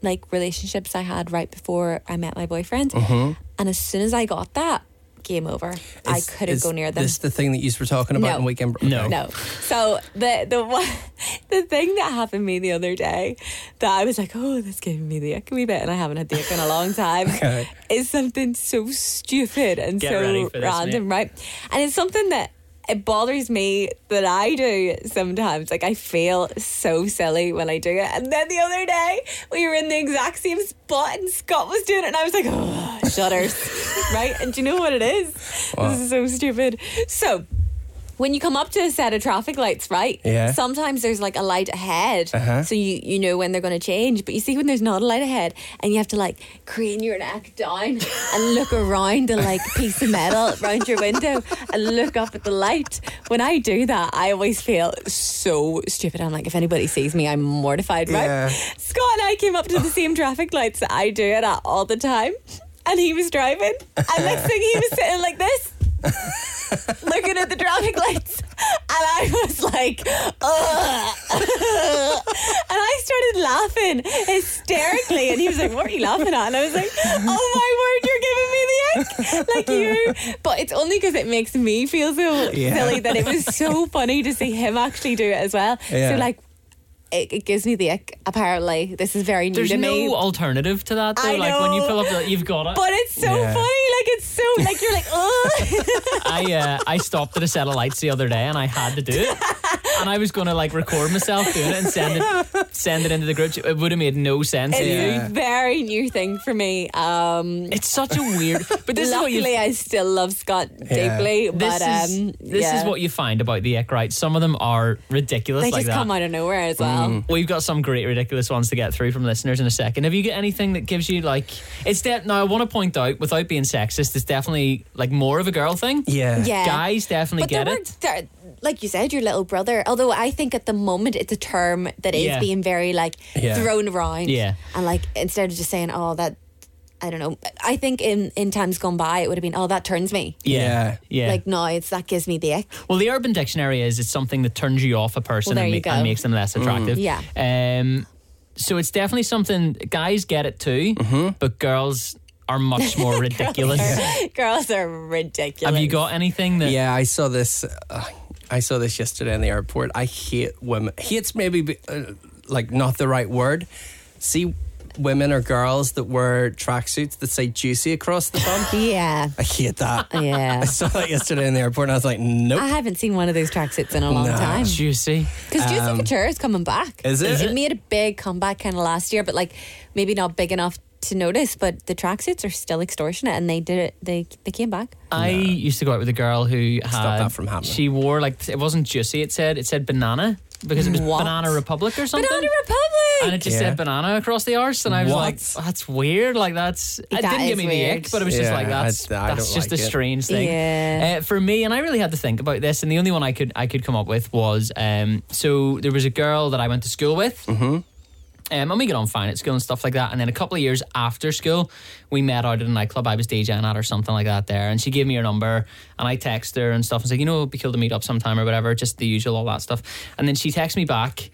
B: like relationships I had right before I met my boyfriend, and as soon as I got that, game over. I
C: Is-
B: couldn't
C: is
B: go near them.
C: This the thing that you were talking about
B: No.
C: on weekend. Bro-
A: No.
C: Okay.
B: No. So the the one, the thing that happened to me the other day that I was like, oh, this gave me the ick a wee bit, and I haven't had the ick in a long time,
C: Okay.
B: is something so stupid and
A: Get ready
B: so
A: for this,
B: random,
A: mate.
B: right? And it's something that it bothers me that I do sometimes. Like I feel so silly when I do it. And then the other day we were in the exact same spot and Scott was doing it and I was like, oh, shudders. right? And do you know what it is? This is so stupid. So when you come up to a set of traffic lights, right?
C: Yeah.
B: Sometimes there's like a light ahead, so you you know when they're going to change. But you see when there's not a light ahead, and you have to like crane your neck down and look around the like piece of metal around your window and look up at the light. When I do that, I always feel so stupid. I'm like, if anybody sees me, I'm mortified, right?
C: Yeah.
B: Scott and I came up to the same traffic lights that I do it at all the time. And he was driving. And next thing he was sitting like this, looking at the traffic lights. And I was like, ugh. and I started laughing hysterically. And he was like, What are you laughing at? And I was like, Oh my word, you're giving me the ick. Like you. But it's only because it makes me feel so
C: Yeah.
B: silly that it was so funny to see him actually do it as well.
C: Yeah.
B: So, like, it, it gives me the ick. Apparently, this is very new
A: There's
B: to me.
A: no alternative to that though.
B: I
A: like when you
B: know.
A: pull up, the, you've got it.
B: but it's so
C: Yeah.
B: funny. Like it's so like you're like oh.
A: I uh, I stopped at a set of lights the other day and I had to do it. And I was going to like record myself doing it and send it send it into the group. It would have made no sense.
B: It's
C: Yeah.
B: a very new thing for me. Um,
A: It's such a weird. But this
B: luckily,
A: is what you.
B: I still love Scott
C: Yeah.
B: deeply.
A: This,
B: But
A: is,
B: um,
A: this
B: yeah.
A: is what you find about the Eck, right? Some of them are ridiculous
B: they
A: like
B: just
A: that.
B: come out of nowhere as well.
C: Mm.
A: We've got some great ridiculous ones to get through from listeners in a second. Have you got anything that gives you like it's that now I want to point out without being sexist, it's definitely like more of a girl thing.
C: Yeah.
B: Yeah.
A: Guys definitely
B: But
A: get
B: there were,
A: it.
B: there, like you said, your little brother. Although I think at the moment it's a term that is
A: Yeah.
B: being very like
C: Yeah.
B: thrown around.
A: Yeah.
B: And like instead of just saying, "Oh, that," I don't know. I think in in times gone by, it would have been, "Oh, that turns me."
A: Yeah.
C: Yeah.
A: Yeah.
B: Like no, it's that gives me the ick.
A: Well, the Urban Dictionary is it's something that turns you off a person
B: Well, there
A: and,
B: you
A: ma- and
B: go.
A: makes them less
C: Mm.
A: attractive.
B: Yeah.
A: Um, so it's definitely something guys get it too,
C: Mm-hmm.
A: but girls are much more ridiculous.
B: Girls are ridiculous.
A: Have you got anything that?
C: Yeah, I saw this. Uh, I saw this yesterday in the airport. I hate women. Hates maybe be- uh, like not the right word. See women or girls that wear tracksuits that say "juicy" across the bum.
B: Yeah.
C: I hate that.
B: Yeah.
C: I saw that yesterday in the airport, and I was like,
B: I
C: nope.
B: haven't seen one of those tracksuits in a long
C: No.
B: time.
A: Juicy.
B: Because Juicy Couture is coming back.
C: Is it? Is
A: Um, it?
B: It made a big comeback kind of last year, but like maybe not big enough to notice. But the tracksuits are still extortionate, and they did it. They they came back.
A: I used to go out with a girl who had.
C: Stop that from happening.
A: She wore like it wasn't juicy. It said it said banana because it was
B: What?
A: Banana Republic or something.
B: Banana
A: and it
B: Republic.
A: just
C: Yeah.
A: said banana across the arse, and I was
C: What?
A: like, "That's weird. Like that's it
B: That
A: didn't give
B: is
A: me the
B: weird.
A: ick, but it was just
C: Yeah,
A: like that's
C: I- I don't
A: that's just
C: like
A: a
C: it.
A: strange thing."
B: Yeah.
A: Uh, for me, and I really had to think about this, and the only one I could I could come up with was um, so there was a girl that I went to school with. Mm-hmm. Um, and we get on fine at school and stuff like that. And then a couple of years after school, we met out at a nightclub. I was DJing at or something like that there. And she gave me her number and I texted her and stuff and said, you know, it'd be cool to meet up sometime or whatever, just the usual, all that stuff. And then she texted me back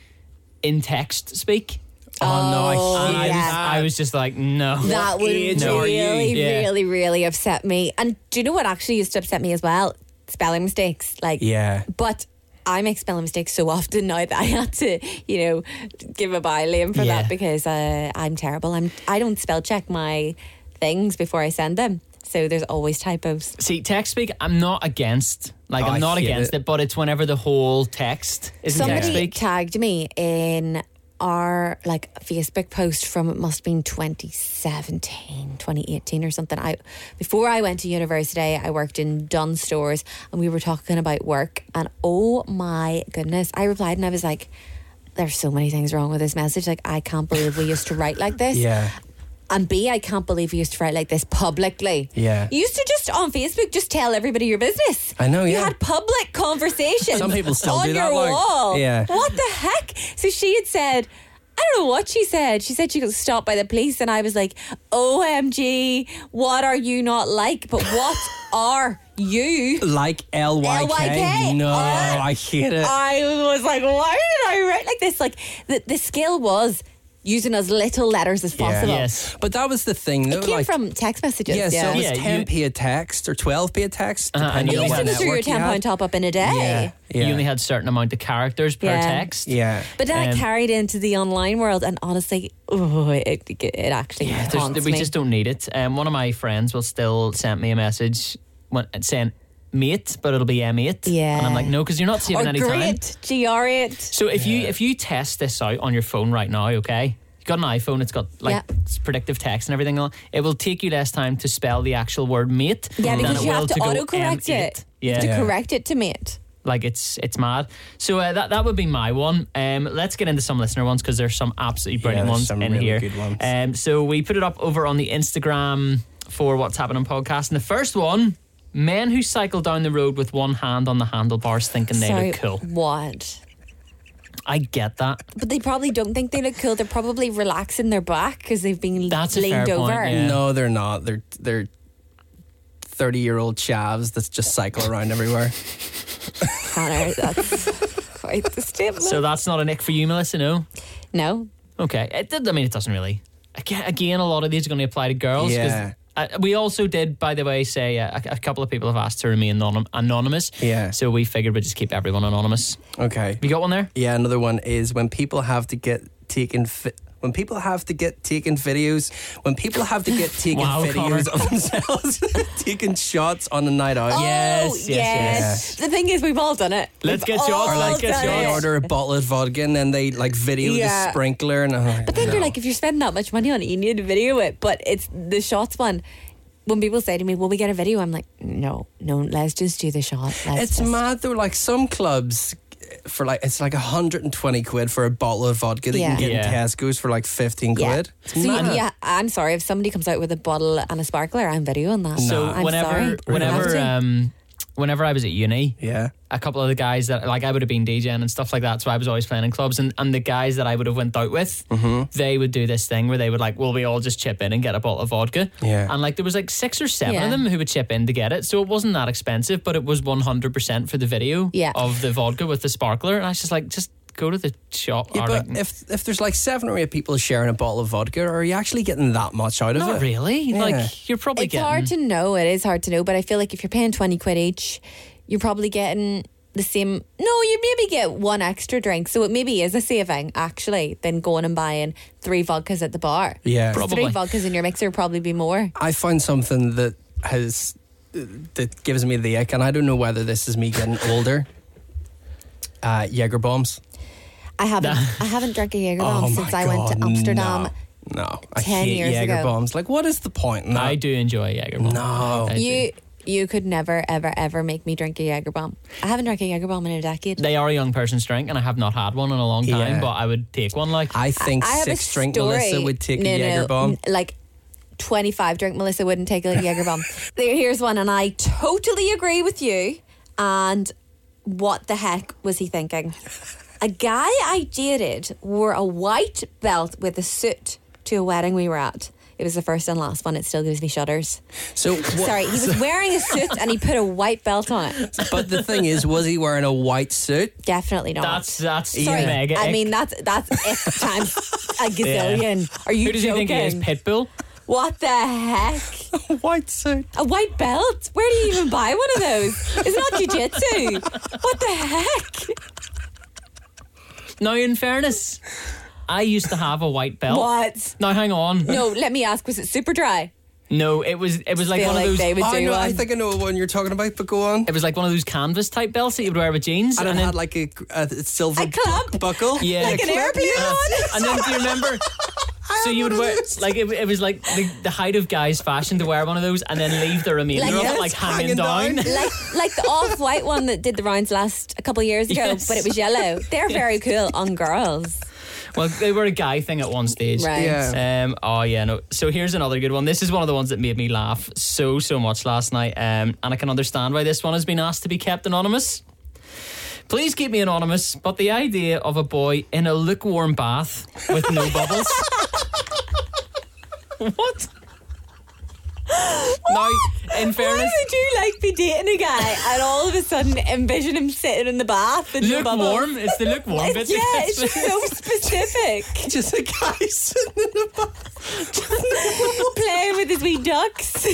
A: in text speak.
C: oh no, I
B: Oh,
A: And
C: hate
A: I, was,
B: yeah.
A: I was just like, no.
B: That would
C: age
A: are
B: really,
A: you? Yeah.
B: really, really upset me. And do you know what actually used to upset me as well? Spelling mistakes. Like
C: Yeah.
B: But I make spelling mistakes so often now that I had to, you know, give a byline for
A: Yeah.
B: that because uh, I'm terrible. I'm I don't spell check my things before I send them. So there's always typos.
A: See, text speak, I'm not against. Like,
C: Oh, I
A: I'm not
C: hate
A: against
C: it.
A: it. but it's whenever the whole text is in text
B: Somebody
A: speak.
B: tagged me in our like Facebook post from it must have been 2017, 2018 or something. I before I went to university, I worked in Dunn stores and we were talking about work and oh my goodness. I replied and I was like there's so many things wrong with this message. Like I can't believe we used to write like this.
C: Yeah.
B: And B, I can't believe you used to write like this publicly.
C: Yeah.
B: You used to just on Facebook just tell everybody your business.
C: I know,
B: You
C: yeah.
B: had public conversations.
C: Some people still
B: on
C: do that,
B: your
C: like,
B: wall.
C: yeah.
B: What the heck? So she had said, I don't know what she said. She said she got stopped by the police, and I was like, OMG, what are you not like? But what are you?
C: Like L Y K.
B: LYK.
C: No,
B: Ah.
C: I hate it.
B: I was like, why did I write like this? Like, the, the skill was using as little letters as
C: Yeah.
B: possible.
A: Yes.
C: But that was the thing. Though,
B: It came
C: like,
B: from text messages.
C: yeah, so it was
A: Yeah, you-
C: 10p a text or 12p a text.
A: Uh-huh, and
C: depending
A: you
C: on
A: used
C: what
A: to
B: You
A: go
B: through your
C: network you
B: ten
C: had.
B: pound top up in a day.
C: Yeah.
A: You only had certain amount of characters per
B: Yeah.
A: text.
C: Yeah.
B: But then
A: Um,
B: I carried into the online world, and honestly, oh, it, it it actually
A: There's-
B: haunts
A: we
B: me.
A: just don't need it. Um, one of my friends will still send me a message when, saying mate, but it'll be M8.
B: Yeah.
A: And I'm like, no, because you're not saving
B: or
A: any time.
B: great, gr it.
A: So if you if you test this out on your phone right now, okay? You've got an iPhone, it's got like
B: Yeah.
A: s- predictive text and everything. on- It will take you less time to spell the actual word mate.
B: Yeah,
A: than
B: because
A: it
B: you
A: will
B: have to
A: go
B: autocorrect
A: M8.
B: it. You
A: Yeah.
B: have to correct it to mate.
A: Like it's it's mad. So uh, that that would be my one. Um, let's get into some listener ones because there's some absolutely brilliant
C: there's
A: ones
C: some
A: in
C: really
A: here.
C: good ones.
A: Um, so we put it up over on the Instagram for what's happening podcast, and the first one. Men who cycle down the road with one hand on the handlebars thinking they
B: Sorry,
A: look cool.
B: what?
A: I get that.
B: But they probably don't think they look cool. They're probably relaxing their back because they've been
A: That's a fair
B: leaned
A: point,
B: over.
A: Yeah.
C: No, they're not. They're they're thirty year old chavs that just cycle around everywhere.
B: Connor, that's quite the statement.
A: So that's not a nick for you, Melissa, no?
B: no,
A: Okay. It did, I mean, it doesn't really. Again, again, a lot of these are going to apply to girls. 'cause,
C: Yeah.
A: uh, we also did, by the way, say uh, a, a couple of people have asked to remain anonym, anonymous.
C: Yeah.
A: So we figured we'd just keep everyone anonymous.
C: Okay.
A: Have you got one there?
C: Yeah, another one is when people have to get taken. Fi- when people have to get taken videos, when people have to get taken
A: Wow,
C: videos of themselves, taking shots on a night out.
A: Yes, yes,
B: oh, yes. Oh, The thing is, we've all done it.
A: Let's
B: We've
A: get yours,
B: all
A: let's get
B: done
A: yours.
B: it.
C: They order a bottle of vodka and then they like video the
B: Yeah.
C: sprinkler and. oh,
B: But then you're like, if you're spending that much money on it, you need to video it. But it's the shots one. When people say to me, "Will we get a video?" I'm like, "No, no. Let's just do the shot." Let's
C: It's
B: just-
C: mad though. Like some clubs, for like it's like hundred and twenty quid for a bottle of vodka that you
B: Yeah.
C: can get in
A: Yeah.
C: Tesco's for like fifteen
B: Yeah.
C: quid. It's
B: So
C: mad.
B: you, yeah, I'm sorry if somebody comes out with a bottle and a sparkler. I'm videoing that.
A: So
B: I'm
A: whenever,
B: sorry. Have
A: whenever,
B: to.
A: um, whenever I was at uni,
C: yeah.
A: a couple of the guys that like I would have been DJing and stuff like that, so I was always playing in clubs. And, and the guys that I would have went out with,
C: Mm-hmm.
A: they would do this thing where they would like, well, we all just chip in and get a bottle of vodka.
C: Yeah.
A: And like there was like six or seven
B: Yeah.
A: of them who would chip in to get it, so it wasn't that expensive, but it was one hundred percent for the video
B: Yeah.
A: of the vodka with the sparkler. And I was just like, just go to the shop.
C: Yeah,
A: or
C: but
A: like,
C: if if there's like seven or eight people sharing a bottle of vodka, are you actually getting that much out of
A: not
C: it?
A: really.
C: Yeah.
A: Like you're probably
B: it's
A: getting.
B: hard to know. It is hard to know, but I feel like if you're paying twenty quid each, you're probably getting the same. No, you maybe get one extra drink, so it maybe is a saving actually than going and buying three vodkas at the bar.
C: Yeah.
B: 'Cause
A: Probably.
B: three vodkas in your mixer would probably be more.
C: I found something that has that gives me the ick, and I don't know whether this is me getting older. Uh, Jaeger bombs.
B: I haven't. I haven't drunk a Jaeger bomb
C: oh my
B: Um, since I went to
C: God,
B: Amsterdam.
C: No, no. I
B: 10
C: hate
B: years
C: Jaeger
B: ago.
C: bombs. Like, what is the point? in that?
A: I do enjoy a Jaeger. Bomb.
C: No.
A: I do.
B: You you could never ever ever make me drink a Jaeger bomb. I haven't drank a Jaeger bomb in a decade.
A: They are a young person's drink, and I have not had one in a long time.
C: Yeah.
A: But I would take one. Like
C: I think
B: I have a
C: six drink
B: story.
C: Melissa would take
B: No,
C: a
B: no,
C: Jaeger bomb.
B: n- Like 25 drink Melissa wouldn't take a Jaeger bomb. There, here's one, and I totally agree with you. And what the heck was he thinking? A guy I dated wore a white belt with a suit to a wedding we were at. It was the first and last one. It still gives me shudders.
C: So what,
B: Sorry, he was wearing a suit and he put a white belt on it.
C: But the thing is, was he wearing a white suit?
B: Definitely not.
A: that's that's
B: Sorry,
A: mega.
B: I
A: ick.
B: mean that's that's it times a gazillion. Are you
A: Who does
B: joking?
A: he think he is, Pitbull?
B: What the heck?
C: A white suit.
B: A white belt? Where do you even buy one of those? It's not jujitsu. What the heck?
A: Now, in fairness, I used to have a white belt.
B: What?
A: Now, hang on. No,
B: No, let me ask. Was it super dry?
A: it was it was
B: I
A: like
B: feel
A: one of
B: like
A: those.
B: they would
C: Oh,
B: do
C: no,
B: one.
C: I think I know what one you're talking about, but go on.
A: It was like one of those canvas type belts that you would wear with jeans.
C: And it
A: then,
C: had like a, a silver
B: A club?
C: buckle.
A: Yeah. Like
B: an airplane on.
A: and then do you remember? So you would
C: one of
A: wear
C: those.
A: like it, it was like the, the height of guys' fashion to wear one of those and then leave the remainder
B: Like
A: of it
B: this?
A: like hanging,
C: Hanging
A: down.
C: down.
B: like like the off white one that did the rounds last a couple of years ago,
A: Yes.
B: but it was yellow. They're very cool on girls.
A: Well, they were a guy thing at one stage.
B: Right.
C: Yeah.
A: Um, oh yeah. No. So here's another good one. This is one of the ones that made me laugh so so much last night, um, and I can understand why this one has been asked to be kept anonymous. Please keep me anonymous, but the idea of a boy in a lukewarm bath with no bubbles. what? now, in fairness,
B: Why would you like be dating a guy and all of a sudden envision him sitting in the bath and no bubbles?
A: lukewarm. It's the lukewarm
B: It's-
A: bit.
B: yeah, it's just so specific.
C: Just a guy sitting in the bath.
B: Playing with his wee ducks.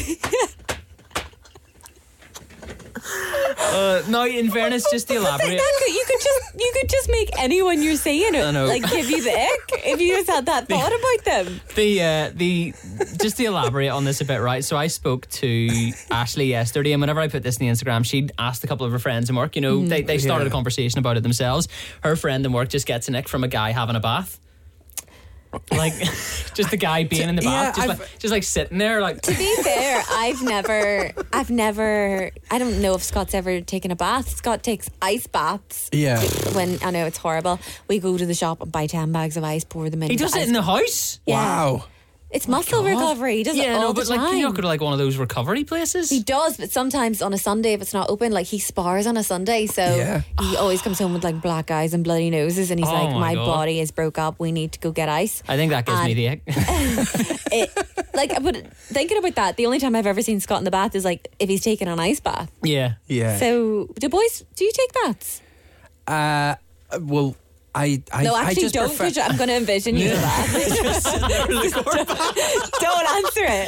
A: Uh, now, in fairness, just to
B: Like
A: elaborate.
B: that could, you could just you could just make anyone you're seeing it
A: know.
B: like give you the ick if you just had that thought about them.
A: the uh, the just to elaborate on this a bit, right? So I spoke to Ashley yesterday, and whenever I put this in the Instagram, she asked a couple of her friends in work. You know, they they started a
C: Yeah.
A: conversation about it themselves. Her friend in work just gets a nick from a guy having a bath. Like, just the guy being in the
C: Yeah,
A: bath, just,
C: I've-
A: like, just like sitting there, like.
B: To be fair, I've never, I've never, I don't know if Scott's ever taken a bath. Scott takes ice baths.
C: Yeah.
B: When I know it's horrible, we go to the shop and buy ten bags of ice, pour them in.
A: He does it in the house.
B: Yeah.
C: Wow.
B: It's muscle recovery. He does
A: yeah,
B: it all
A: no,
B: the
A: but
B: time.
A: like you're not going to like one of those recovery places.
B: He does, but sometimes on a Sunday, if it's not open, like he spars on a Sunday. So
C: Yeah.
B: he always comes home with like black eyes and bloody noses. And he's
A: Oh
B: like,
A: my
B: my,
A: God.
B: body is broke up. We need to go get ice.
A: I think that gives me
B: And-
A: the ick.
B: It, like, but thinking about that, the only time I've ever seen Scott in the bath is like if he's taking an ice bath.
A: yeah.
C: Yeah.
B: So do boys, do you take baths?
C: uh, well, I, I,
B: No,
C: I
B: actually
C: just
B: don't.
C: prefer-
B: 'cause I'm going to envision you in a bath. don't answer it.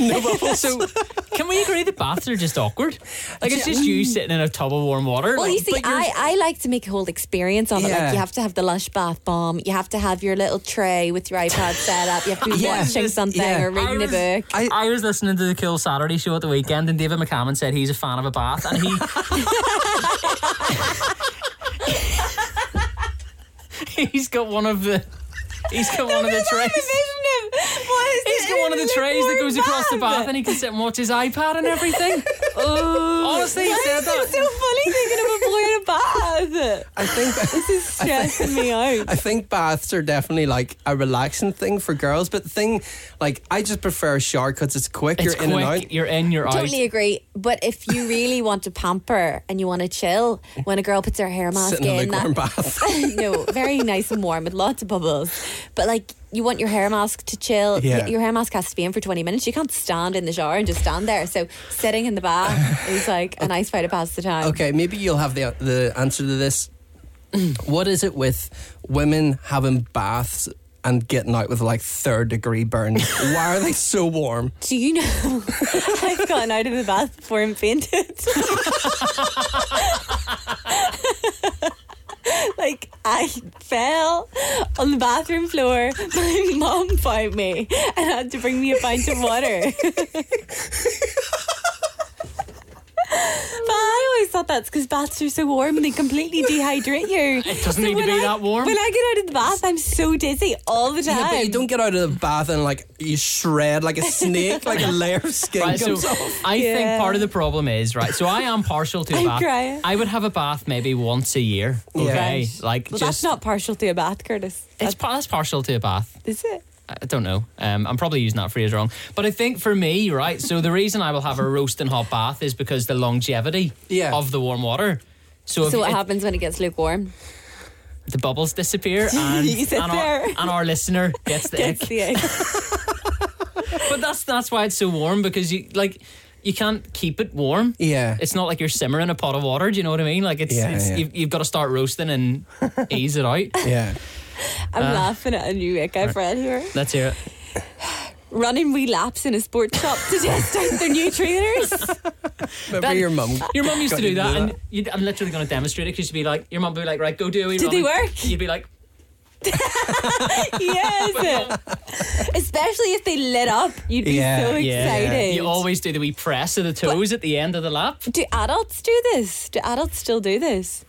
A: so, can we agree that baths are just awkward? Like it's just you sitting in a tub of warm water.
B: Well,
A: like,
B: you see,
A: but you're-
B: I, I like to make a whole experience of it.
C: Yeah.
B: Like, you have to have the lush bath bomb. You have to have your little tray with your iPad set up. You have to be
C: Yeah.
B: watching something
C: Yeah.
B: or reading
A: I
B: a
A: was-
B: book.
A: I, was listening to the Kill Saturday show at the weekend, and David McCammon said he's a fan of a bath, and he. He's got one of the. He's got one of the trays. He's got one of the trays that goes across the bath, and he can sit and watch his iPad and everything.
B: Oh.
A: Honestly, he said that.
B: so funny thinking of a boy in a bath.
C: I think.
B: This is stressing me out.
C: I think baths are definitely like a relaxing thing for girls, but the thing, like, I just prefer shower because it's quick.
A: It's
C: you're in and
A: quick,
C: out.
A: You're in. You're out.
B: Totally agree. But if you really want to pamper and you want to chill, when a girl puts her hair mask
C: Sitting in a big
B: that-
C: warm bath.
B: no, very nice and warm with lots of bubbles. But like, you want your hair mask to chill.
C: Yeah.
B: Your hair mask has to be in for 20 minutes. You can't stand in the shower and just stand there. So sitting in the bath is like a nice way to pass the time.
C: Okay, maybe you'll have the the answer to this. what is it with women having baths and getting out with like third degree burns? Why are they so warm?
B: Do you know I've gotten out of the bath before and fainted? like I fell on the bathroom floor. My mom found me and had to bring me a pint of water. but I always thought that's because baths are so warm and they completely dehydrate you. It
A: doesn't need to be that warm.
B: When I get out of the bath, I'm so dizzy all the time.
C: Yeah, but you don't get out of the bath and like you shred like a snake, like a layer of skin
A: Right, so
C: comes off.
A: I think
B: Yeah.
A: part of the problem is right. So I am partial to a
B: I'm
A: bath.
B: crying.
A: I would have a bath maybe once a year. Okay,
B: Right.
A: like
B: Well,
A: just
B: that's not partial to a bath, Curtis.
A: it's par- that's partial to a bath.
B: Is it?
A: I don't know. Um, I'm probably using that phrase wrong, but I think for me, right. So the reason I will have a roasting hot bath is because the longevity
C: Yeah.
A: of the warm water. So, if
B: So what
A: it-
B: happens when it gets lukewarm?
A: the bubbles disappear, and,
B: You sit
A: and, our,
B: there.
A: and our listener gets the ick.
B: Gets the egg.
A: But that's that's why it's so warm because you like you can't keep it warm.
C: Yeah.
A: it's not like you're simmering a pot of water. Do you know what I mean? Like it's,
C: Yeah,
A: it's
C: yeah.
A: You've, you've got to start roasting and ease it out.
C: Yeah.
B: I'm laughing at a new ick I've read here.
A: Let's hear it.
B: Running wee laps in a sports shop to test out their new trainers.
C: Remember
A: That-
C: your mum.
A: Your mum used
C: got
A: to
C: you
A: do that, and you'd, I'm literally going to demonstrate it because you'd be like, your mum would be like, right, go do it.
B: Did they work?
A: You'd be like,
B: yes. Especially if they lit up, you'd be
C: Yeah,
B: so
A: yeah.
B: excited.
A: You always do the wee press of the toes at the end of the lap.
B: do adults do this? Do adults still do this?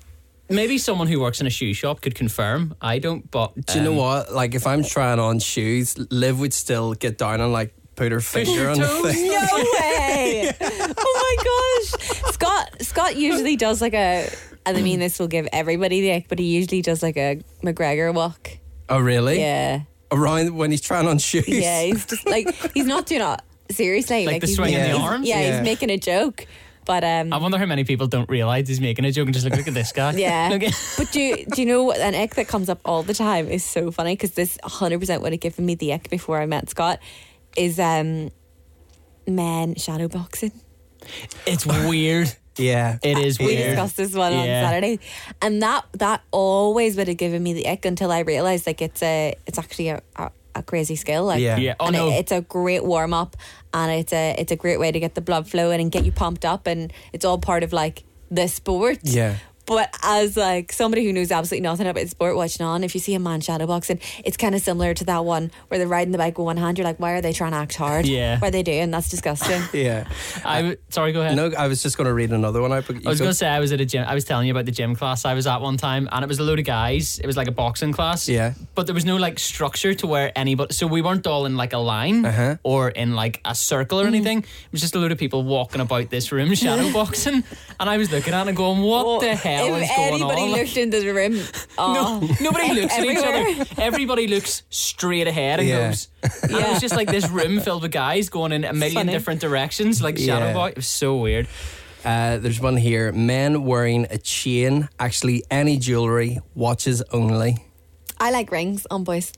A: Maybe someone who works in a shoe shop could confirm. I don't, but
C: Do you
A: um,
C: know what? Like if I'm trying on shoes, Liv would still get down and like put her finger on the
A: toes?
C: thing.
B: No way! Oh my gosh, Scott! Scott usually does like a, and I mean this will give everybody the ick, but he usually does like a McGregor walk.
C: Oh really?
B: Yeah.
C: Around when he's trying on shoes.
B: Yeah, he's just like he's not doing it seriously.
A: Like the
B: he's
A: swing
C: in the
B: he's-
A: arms?
B: Yeah,
C: Yeah.
B: he's making a joke, but um,
A: I wonder how many people don't realise he's making a joke and just like, look at this guy.
B: yeah.
A: Look at-
B: but do do you know what an ick that comes up all the time is so funny because this 100 percent would have given me the ick before I met Scott is um men shadow boxing.
A: it's weird.
C: Yeah.
A: It is
B: We
A: weird.
B: discussed this one on
A: Yeah.
B: Saturday, and that that always would have given me the ick until I realized like it's a it's actually a. a a crazy skill, like
C: Yeah.
A: Yeah. Oh,
B: and
A: no.
B: it- it's a great warm up, and it's a it's a great way to get the blood flowing and get you pumped up, and it's all part of like the sport.
C: Yeah.
B: But as like somebody who knows absolutely nothing about sport watching on, if you see a man shadowboxing, it's kind of similar to that one where they're riding the bike with one hand. You're like, why are they trying to act hard?
A: Yeah.
B: What are they doing? That's disgusting.
C: Yeah.
A: I w- sorry, go ahead.
C: No, I was just going to read another one out. But you
A: I was
C: go-
A: going to say I was at a gym. I was telling you about the gym class I was at one time, and it was a load of guys. It was like a boxing class.
C: Yeah.
A: But there was no like structure to where anybody. So we weren't all in like a line
C: Uh-huh.
A: or in like a circle
B: Mm.
A: or anything. It was just a load of people walking about this room shadow boxing, and I was looking at it and going, "What
B: Well,
A: the hell
B: if
A: is going
B: anybody
A: on?"
B: looked into the room, oh,
A: no, nobody looks at each
B: everywhere.
A: other. Everybody looks straight ahead and
C: Yeah.
A: goes. And it was just like this room filled with guys going in a million
B: Funny.
A: different directions, like shadow
C: Yeah.
A: box. It was so weird.
C: Uh, there's one here. Men wearing a chain, actually any jewelry, watches only.
B: I like rings on boys.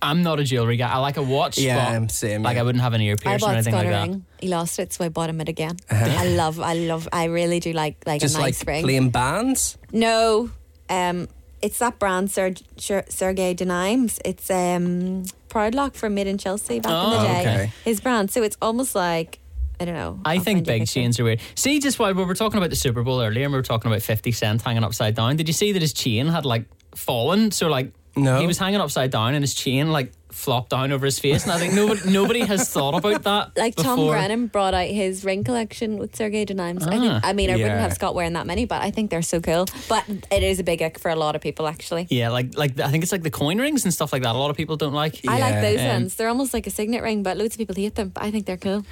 A: I'm not a jewelry guy. I like a watch.
C: Yeah,
A: but,
C: I'm same,
A: Like
C: yeah.
A: I wouldn't have an ear
B: I
A: piercing or
B: bought
A: anything like
B: Scott a
A: that. Uh-huh.
B: ring. He lost it, so I bought him it again. I love, I love, I really do like like
C: Just
B: a nice
C: like
B: ring.
C: playing bands.
B: No, um, it's that brand Ser- Ser- Sergey Denimes. It's um, Proudlock from Made in Chelsea back in
A: Oh,
B: the day.
C: okay.
B: His brand. So it's almost like I don't know.
A: I
B: I'll
A: think
B: find you a
A: big
B: picture.
A: chains are weird. See, just while we were talking about the Super Bowl earlier, and we were talking about Fifty Cent hanging upside down. Did you see that his chain had like fallen? So like,
C: No.
A: he was hanging upside down, and his chain like flopped down over his face. And I think nobody nobody has thought about that.
B: Like Tom
A: before.
B: Grennan brought out his ring collection with Sergey Denimes. I,
A: Ah,
B: think, I mean, I
C: Yeah.
B: wouldn't have Scott wearing that many, but I think they're so cool. But it is a big ick for a lot of people, actually.
A: Yeah, like like I think it's like the coin rings and stuff like that. A lot of people don't like.
B: I like
C: Yeah.
B: those
A: Um,
B: ones. They're almost like a signet ring, but loads of people hate them. But I think they're cool.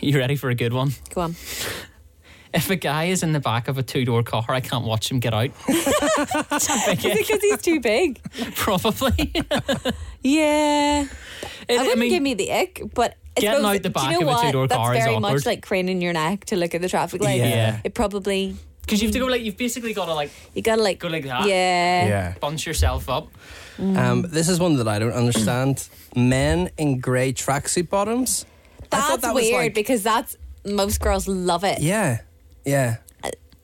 A: You ready for a good one?
B: Go on.
A: If a guy is in the back of a two door car, I can't watch him get out. It's a big
B: Is it because he's too big?
A: ick, probably. It-
B: Yeah.
A: I
B: It wouldn't
A: mean-
B: give me the ick, but I
A: Getting
B: suppose-
A: out the
B: do
A: back
B: you know
A: of a
B: what?
A: two-door
B: That's
A: car is
B: very
A: awkward.
B: much like craning your neck to look at the traffic lights.
A: Yeah.
B: It probably
A: Because
C: Mm.
A: you have to go like you've basically got to like
B: you gotta like
A: Go like that.
B: Yeah.
A: bunch yourself up.
B: Mm.
C: Um, this is one that I don't understand. Men in grey tracksuit bottoms. I
B: That's
C: thought that was
B: weird
C: like-
B: because that's most girls love it.
C: Yeah. Yeah.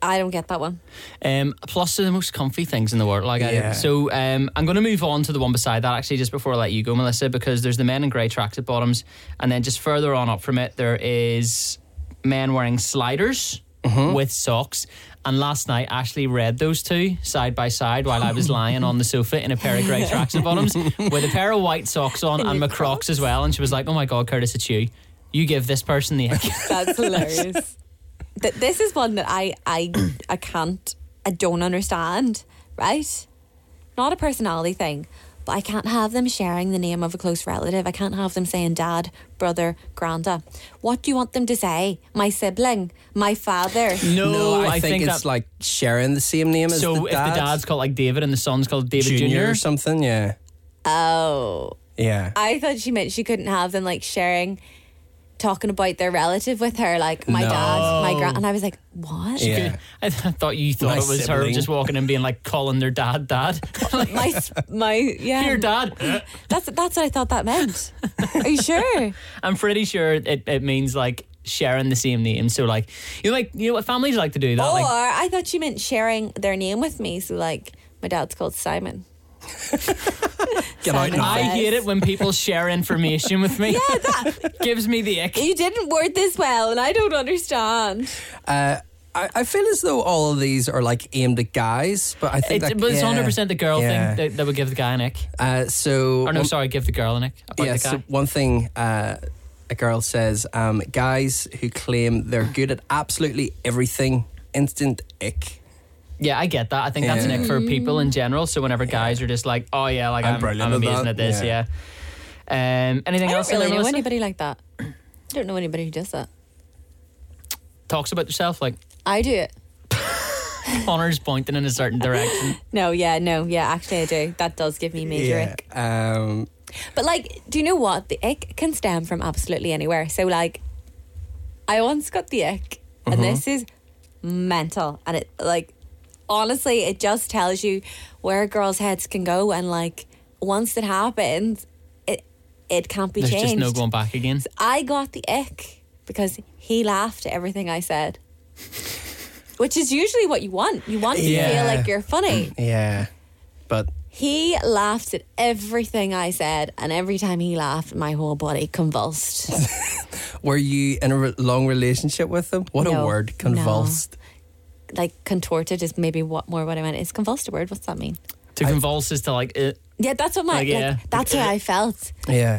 B: I don't get that one.
A: Um, plus, they're the most comfy things in the world. Like,
C: Yeah.
A: I, so um, I'm going to move on to the one beside that actually, just before I let you go, Melissa, because there's the men in grey tracksuit bottoms, and then just further on up from it, there is men wearing sliders
C: Mm-hmm.
A: with socks. And last night, Ashley read those two side by side while I was lying on the sofa in a pair of grey tracksuit bottoms with a pair of white socks on and my Crocs as well. And she was like, "Oh my God, Curtis, it's you." You give this person the ick.
B: That's hilarious. Th- this is one that I I I can't I don't understand. Right? Not a personality thing, but I can't have them sharing the name of a close relative. I can't have them saying dad, brother, granda. What do you want them to say? My sibling, my father.
A: No,
C: I, think, it's
A: Oh, that-
C: like sharing the same name as
A: So
C: the
A: if
C: dad.
A: the dad's called like David and the son's called David
C: junior,
A: Junior,
C: or something. Yeah.
B: Oh,
C: Yeah.
B: I thought she meant she couldn't have them like sharing. Talking about their relative with her, like my
C: No.
B: dad, my grand, and I was like, "What?
C: yeah.
A: I, th- I thought you thought
C: My
A: it was her
C: sibling.
A: just walking in being like calling their dad dad. like,
B: My, s- my, yeah,
A: your dad.
B: That's that's what I thought that meant. Are you sure?
A: I'm pretty sure it, it means like sharing the same name. So like you know, like you know what families like to do
C: Oh,
A: that.
B: or
A: like,
B: I thought she meant sharing their name with me. So like, my dad's called Simon.
C: Get out
B: Simon
C: now.
A: I
B: says.
A: hate it when people share information with me.
B: Yeah, that
A: Gives me the ick.
B: you didn't word this well, and I don't understand.
C: Uh, I, I feel as though all of these are like aimed at guys, but I think
A: It,
C: that,
A: but it's
C: yeah.
A: 100% the girl
C: Yeah.
A: thing that, that would give the guy an ick.
C: Uh, so
A: Or no,
C: one-
A: sorry, give the girl an ick. About
C: yeah,
A: the guy.
C: so one thing uh, a girl says: um, guys who claim they're good at absolutely everything, instant ick.
A: Yeah, I get that. I think that's
C: Yeah.
A: an ick for people in general. So whenever guys are just like, "Oh yeah, like
C: I'm
A: I'm, I'm,
C: brilliant at
A: amazing
C: that."
A: at this," yeah.
C: Yeah.
A: Um, anything
B: I
A: else?
B: don't
A: there,
B: really know
A: Melissa?
B: anybody like that. I don't know anybody who does that.
A: Talks about yourself like
B: I do it.
A: Connor's pointing in a certain direction.
B: No, yeah, no, yeah. Actually, I do. That does give me major ick.
C: Um,
B: But like, do you know what? The ick can stem from absolutely anywhere. So like, I once got the ick,
A: Uh-huh.
B: and this is mental. And it like, honestly, it just tells you where girls' heads can go. And like, once it happens, it it can't be
A: There's
B: changed.
A: just no going back again.
B: I got the ick because he laughed at everything I said. Which is usually what you want. You want to
C: Yeah.
B: feel like you're funny.
C: yeah, but
B: He laughed at everything I said, and every time he laughed, my whole body convulsed.
C: were you in a re- long relationship with them? What a
B: No,
C: word,
B: no.
C: convulsed.
B: like contorted is maybe what more what I meant. Is convulsed a word? What's that mean?
A: To convulse is to like. Uh,
B: Yeah, that's what my
A: Like,
B: like,
A: yeah.
B: that's how I felt.
C: Yeah.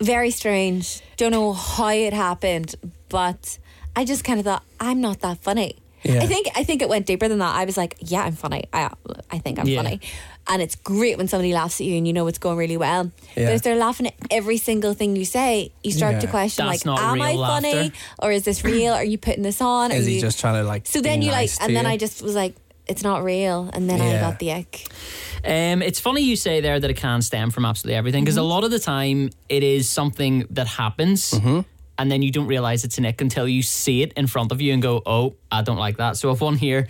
B: Very strange. Don't know how it happened, but I just kind of thought I'm not that funny.
C: Yeah.
B: I think I think it went deeper than that. I was like, yeah, I'm funny. I I think I'm
A: Yeah.
B: funny. And it's great when somebody laughs at you and you know it's going really well.
C: Yeah.
B: But if they're laughing at every single thing you say, you start to
C: Yeah.
B: question
A: That's
B: like,
A: not
B: am
A: real
B: I
A: laughter.
B: funny or is this real? Are you putting this on? Are
C: Is he
B: you-
C: just trying to like?
B: So then
C: be
B: you like,
C: nice to
B: and then
C: you?
B: I just was like, it's not real. And then
C: Yeah.
B: I got the ick.
A: Um, it's funny you say there that it can stem from absolutely everything because
B: Mm-hmm.
A: a lot of the time it is something that happens
B: Mm-hmm.
A: and then you don't realize it's an ick until you see it in front of you and go, oh, I don't like that. So if one here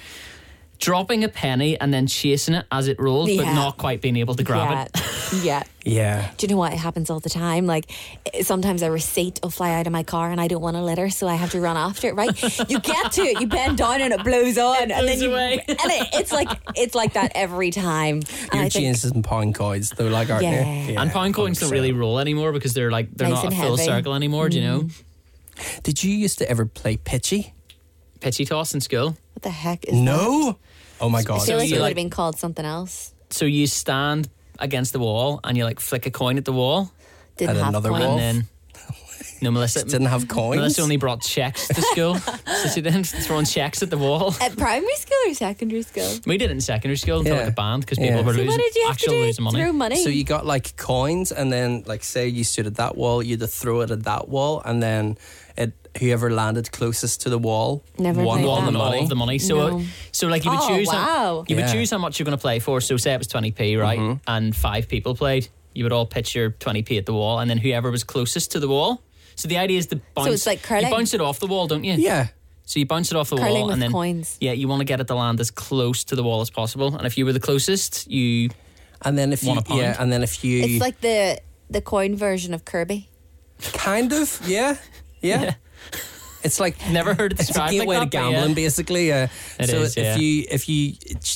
A: dropping a penny and then chasing it as it rolls, but
B: Yeah.
A: not quite being able to grab
B: yeah.
A: it.
B: yeah.
C: Yeah.
B: Do you know what? It happens all the time. Like eh, sometimes a receipt will fly out of my car and I don't want a litter, so I have to run after it. Right? you get to it, you bend down, and it blows on, and
A: blows
B: then you,
A: away.
B: and it, it's like it's like that every time. And
C: Your
B: I think,
C: jeans and pound coins, though, like aren't
B: Yeah.
C: they?
A: and pound coins don't
C: 100%.
A: really roll anymore because they're like they're
B: Nice
A: not a
B: and
A: full
B: heavy. Mm-hmm.
A: circle anymore. Do you know?
C: Did you used to ever play pitchy?
A: Pitchy toss in school.
B: what the heck is that?
C: No. Oh my
B: I
C: god.
B: feel like
A: you
B: it would
A: like-
B: have been called something else.
A: So you stand against the wall and you like flick a coin at the wall
B: Didn't
C: And
B: have
C: another
B: coins.
C: Wolf.
A: and then. No, Melissa
C: didn't have coins.
A: Melissa only brought checks to school, so she then throwing checks at the wall.
B: At primary school or secondary school?
A: We did it in secondary school until
C: Yeah.
A: like a band because people
C: Yeah.
A: were
C: So
A: losing
B: what did you have to
A: actual
B: do?
A: losing money.
B: Throw money.
C: So you got like coins, and then like say you stood at that wall, you'd have throw it at that wall, and then it whoever landed closest to the wall
B: Never
C: won
B: played
C: all
A: Won
C: the
B: that.
A: all
C: money.
A: of the money. So, uh,
B: No.
A: so like you would
B: Oh,
A: choose, how,
B: wow. Mm-hmm.
A: you would
C: Yeah.
A: choose how much you're going to play for. So say it was 20p, right? And five people played. You would all pitch your 20p at the wall, and then whoever was closest to the wall. So the idea is to bounce.
B: it's like curling?
A: You bounce it off the wall, don't you?
C: Yeah.
A: So you bounce it off the
B: Curling
A: wall,
B: with
A: and then
B: coins.
A: yeah, you want to get it to land as close to the wall as possible. And if you were the closest, you
C: And then if
A: Won
C: you,
A: a pound.
C: yeah, and then if you,
B: it's like the the coin version of Kirby.
C: kind of, yeah, yeah. It's like
A: never heard it
C: it's a
A: described
C: gateway
A: like that.
C: to
A: but yeah.
C: gambling, basically. Yeah.
A: It
C: so
A: is,
C: if
A: yeah.
C: you if you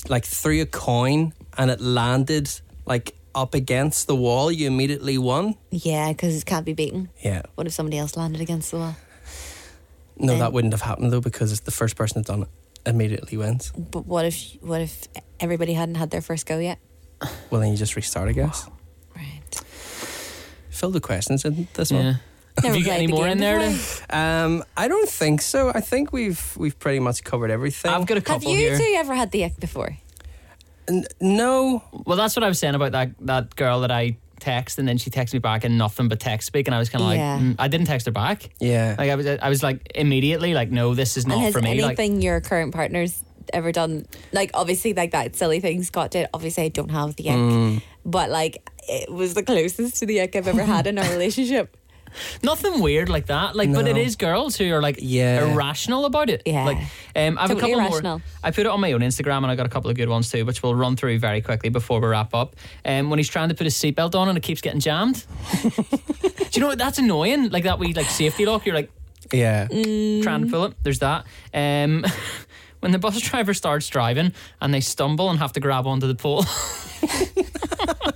C: like threw a coin and it landed like up against the wall, you immediately won.
B: Yeah, because it can't be beaten.
C: Yeah.
B: What if somebody else landed against the wall?
C: No,
B: Then-
C: that wouldn't have happened though because it's the first person that done it immediately wins.
B: But what if what if everybody hadn't had their first go yet?
C: Well, then you just restart, I guess.
B: Right.
C: Fill the questions in this
A: Yeah.
C: one.
A: Have
B: Never
A: you got
B: played
A: any
B: the
A: more
B: game
A: in there?
B: before.
A: Lou?
C: Um, I don't think so. I think we've we've pretty much covered everything.
A: I've got a
B: Have
A: couple
B: you
A: here.
B: two ever had the ick before?
C: N- no.
A: Well, that's what I was saying about that that girl that I text, and then she texted me back and nothing but text speak, and I was kind of
B: Yeah.
A: like, mm, I didn't text her back.
C: Yeah.
A: Like I was, I was like immediately like, no, this is
B: and
A: not
B: has
A: for me. Like,
B: anything your current partner's ever done? Like obviously, like that silly thing Scott did. Obviously, I don't have the ick,
A: Mm.
B: but like it was the closest to the ick I've ever had in our relationship.
A: nothing weird like that. Like, but it
C: No.
A: is girls who are like
C: Yeah.
A: irrational about it.
B: Yeah.
A: Like, um, I have
B: Totally
A: a couple more.
B: irrational.
A: I put it on my own Instagram, and I got a couple of good ones too, which we'll run through very quickly before we wrap up. Um, when he's trying to put his seatbelt on and it keeps getting jammed. Do you know what? That's annoying. Like that we like safety lock. You're like.
C: Yeah.
A: try and pull it. There's that. Um, when the bus driver starts driving and they stumble and have to grab onto the pole.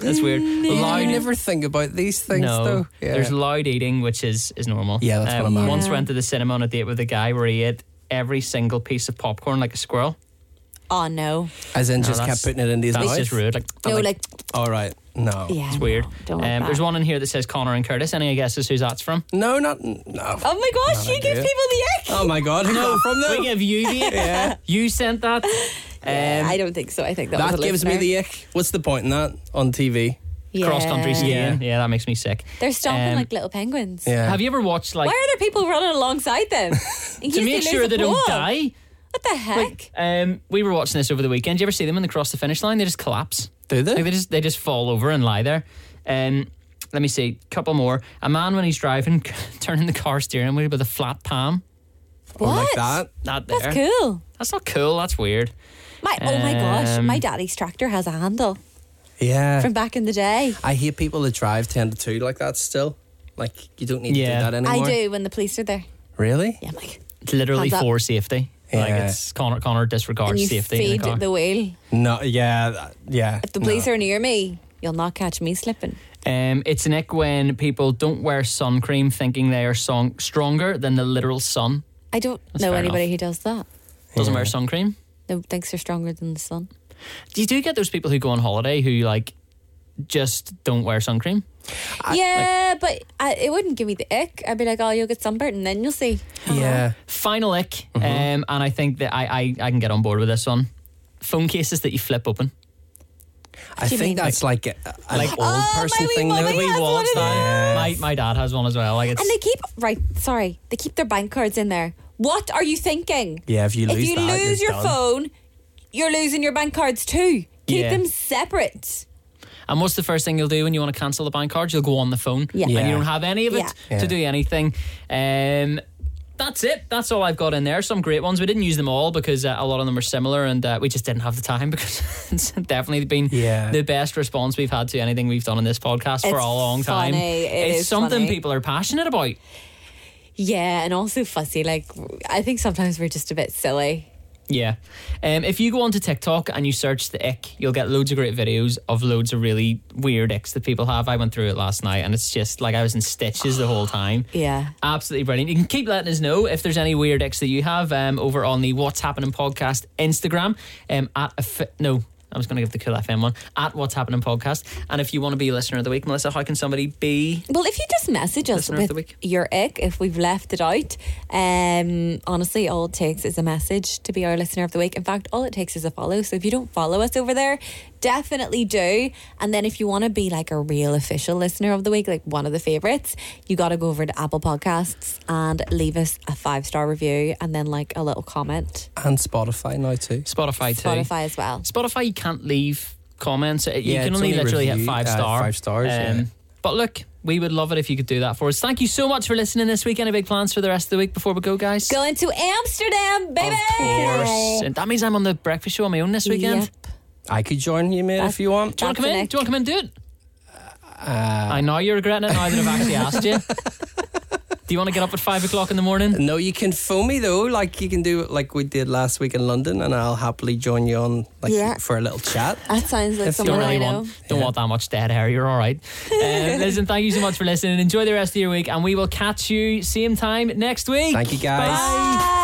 A: That's weird.
C: I
A: Loud.
C: never think about these things
A: No,
C: though. Yeah.
A: there's loud eating, which is is normal. Um,
C: Yeah, that's what I'm at.
A: Once
B: Yeah.
A: went to the cinema on a date with a guy where he ate every single piece of popcorn like a squirrel.
B: Oh no,
C: As in,
A: No,
C: just
A: that's-
C: kept putting it into his
A: That's
C: mouth.
A: just rude. Like, oh,
B: no, like,
C: All right. No.
B: yeah,
A: it's weird.
B: Don't like
A: Um,
B: that.
A: There's one in here that says Connor and Curtis. Any guesses who that's from?
C: No, not no.
B: Oh my gosh,
C: No,
B: you
C: I
B: give people
C: do.
B: the ick.
C: Oh my god. No, from
A: We
C: them.
A: give you the. yeah. You sent that. Um,
B: I don't think so. I think that,
C: That
B: was a
C: gives me
B: listener.
C: the ick. What's the point in that on TV?
B: Yeah.
A: Cross country skiing. Yeah. that makes me sick.
B: They're stomping
A: Um,
B: like little penguins.
C: Yeah.
A: Have you ever watched like
B: Why are there people running alongside them? In
A: to
B: case
A: make
B: lose
A: sure
B: the
A: they don't
B: ball.
A: die.
B: What the heck?
A: Um, we were watching this over the weekend. Do you ever see them when they cross the finish line? They just collapse.
C: Do they?
A: Like, they just they just fall over and lie there. Um, let me see. Couple more. A man when he's driving, turning the car steering wheel with a flat palm.
C: Or like
B: What?
C: that?
A: Not there.
B: That's cool.
A: That's not cool. That's weird.
B: My oh my gosh,
A: Um,
B: my daddy's tractor has a handle
C: Yeah.
B: from back in the day.
C: I hear people that drive ten to two like that still. Like you don't need
A: Yeah.
C: to do that anymore.
B: I do when the police are there.
C: Really?
B: Yeah, I'm like,
A: It's literally
B: Hands up.
A: for safety. Like
C: Yeah.
A: it's Connor. Connor
B: and
A: disregards
B: you
A: safety. In
B: feed
A: the car.
B: the wheel.
C: No. Yeah. that- Yeah.
B: If the police are near me, you'll not catch me slipping.
A: Um, it's an ick when people don't wear sun cream, thinking they are song- stronger than the literal sun.
B: I don't
A: That's
B: know
A: fair
B: anybody who does that.
A: doesn't wear sun cream.
B: The thinks are stronger than the sun.
A: You do get those people who go on holiday who like just don't wear sun cream.
B: yeah, but I, it wouldn't give me the ick. I'd be like, oh, you'll get sunburned and then you'll see.
C: Yeah.
A: Final ick,
C: Mm-hmm.
A: um, and I think that I, I I can get on board with this one. Phone cases that you flip open.
C: I
B: do you
C: think
B: mean?
C: that's like, a, an
A: Like-
C: old
B: Oh, my
C: person
B: wee
C: thing. though.
B: woman
A: Wee
B: has
A: wallets
B: one of
A: now. My, my dad has one as well. Like it's
B: And they keep, right, sorry, they keep their bank cards in there. What are you thinking?
C: Yeah, if you lose
B: If you
C: that,
B: lose
C: you're
B: your
C: done.
B: phone, you're losing your bank cards too. Keep
A: Yeah.
B: them separate.
A: And what's the first thing you'll do when you want to cancel the bank card? You'll go on the phone.
B: Yeah.
A: And
C: Yeah.
A: you don't have any of it
B: Yeah.
C: Yeah.
A: to do anything. Um, that's it. That's all I've got in there. Some great ones. We didn't use them all because uh, a lot of them are similar and uh, we just didn't have the time because it's definitely been
C: Yeah.
A: the best response we've had to anything we've done in this podcast for
B: It's
A: a long time.
B: funny. It
A: it's
B: is
A: something
B: funny.
A: people are passionate about.
B: Yeah, and also fussy. Like, I think sometimes we're just a bit silly.
A: Yeah. Um, if you go onto TikTok and you search the ick, you'll get loads of great videos of loads of really weird icks that people have. I went through it last night and it's just like I was in stitches the whole time.
B: Yeah.
A: Absolutely brilliant. You can keep letting us know if there's any weird icks that you have um, over on the What's Happening podcast Instagram um, at a fi- no. I was going to give the Cool FM one at What's Happening podcast. And if you want to be a listener of the week, Melissa, how can somebody be?
B: Well, if you just message us
A: Listener of the
B: with
A: week.
B: your ick, if we've left it out, um, honestly, all it takes is a message to be our listener of the week. In fact, all it takes is a follow. So if you don't follow us over there, definitely do. And then if you want to be like a real official listener of the week, like one of the favorites, you got to go over to Apple Podcasts and leave us a five star review and then like a little comment.
C: And Spotify now too.
A: Spotify too.
B: Spotify as well.
A: Spotify, you can't leave comments. It- you
C: Yeah,
A: can
C: it's
A: only
C: only
A: literally hit
C: review-
A: five
C: uh,
A: star. Um,
C: five stars, yeah.
A: But look, we would love it if you could do that for us. Thank you so much for listening this week. Any big plans for the rest of the week before we go, guys?
B: Going to Amsterdam, baby!
A: Of course. And that means I'm on the breakfast show on my own this weekend.
B: Yep.
C: I could join you, mate, if you want.
A: Do you want to come
B: That's
A: in?
B: an
A: Do you want to come in and do it?
C: Uh,
A: I know you're regretting it now that I've actually asked you. Do you want to get up at five o'clock in the morning?
C: No, you can phone me though, like you can do it like we did last week in London, and I'll happily join you on like
B: Yeah.
C: for a little chat.
B: That sounds like
C: If you
A: Don't
B: someone
A: really
B: I know.
A: want don't want that much dead air. You're all right. Um, listen, thank you so much for listening. Enjoy the rest of your week, and we will catch you same time next week.
C: Thank you, guys.
A: Bye.
B: Bye.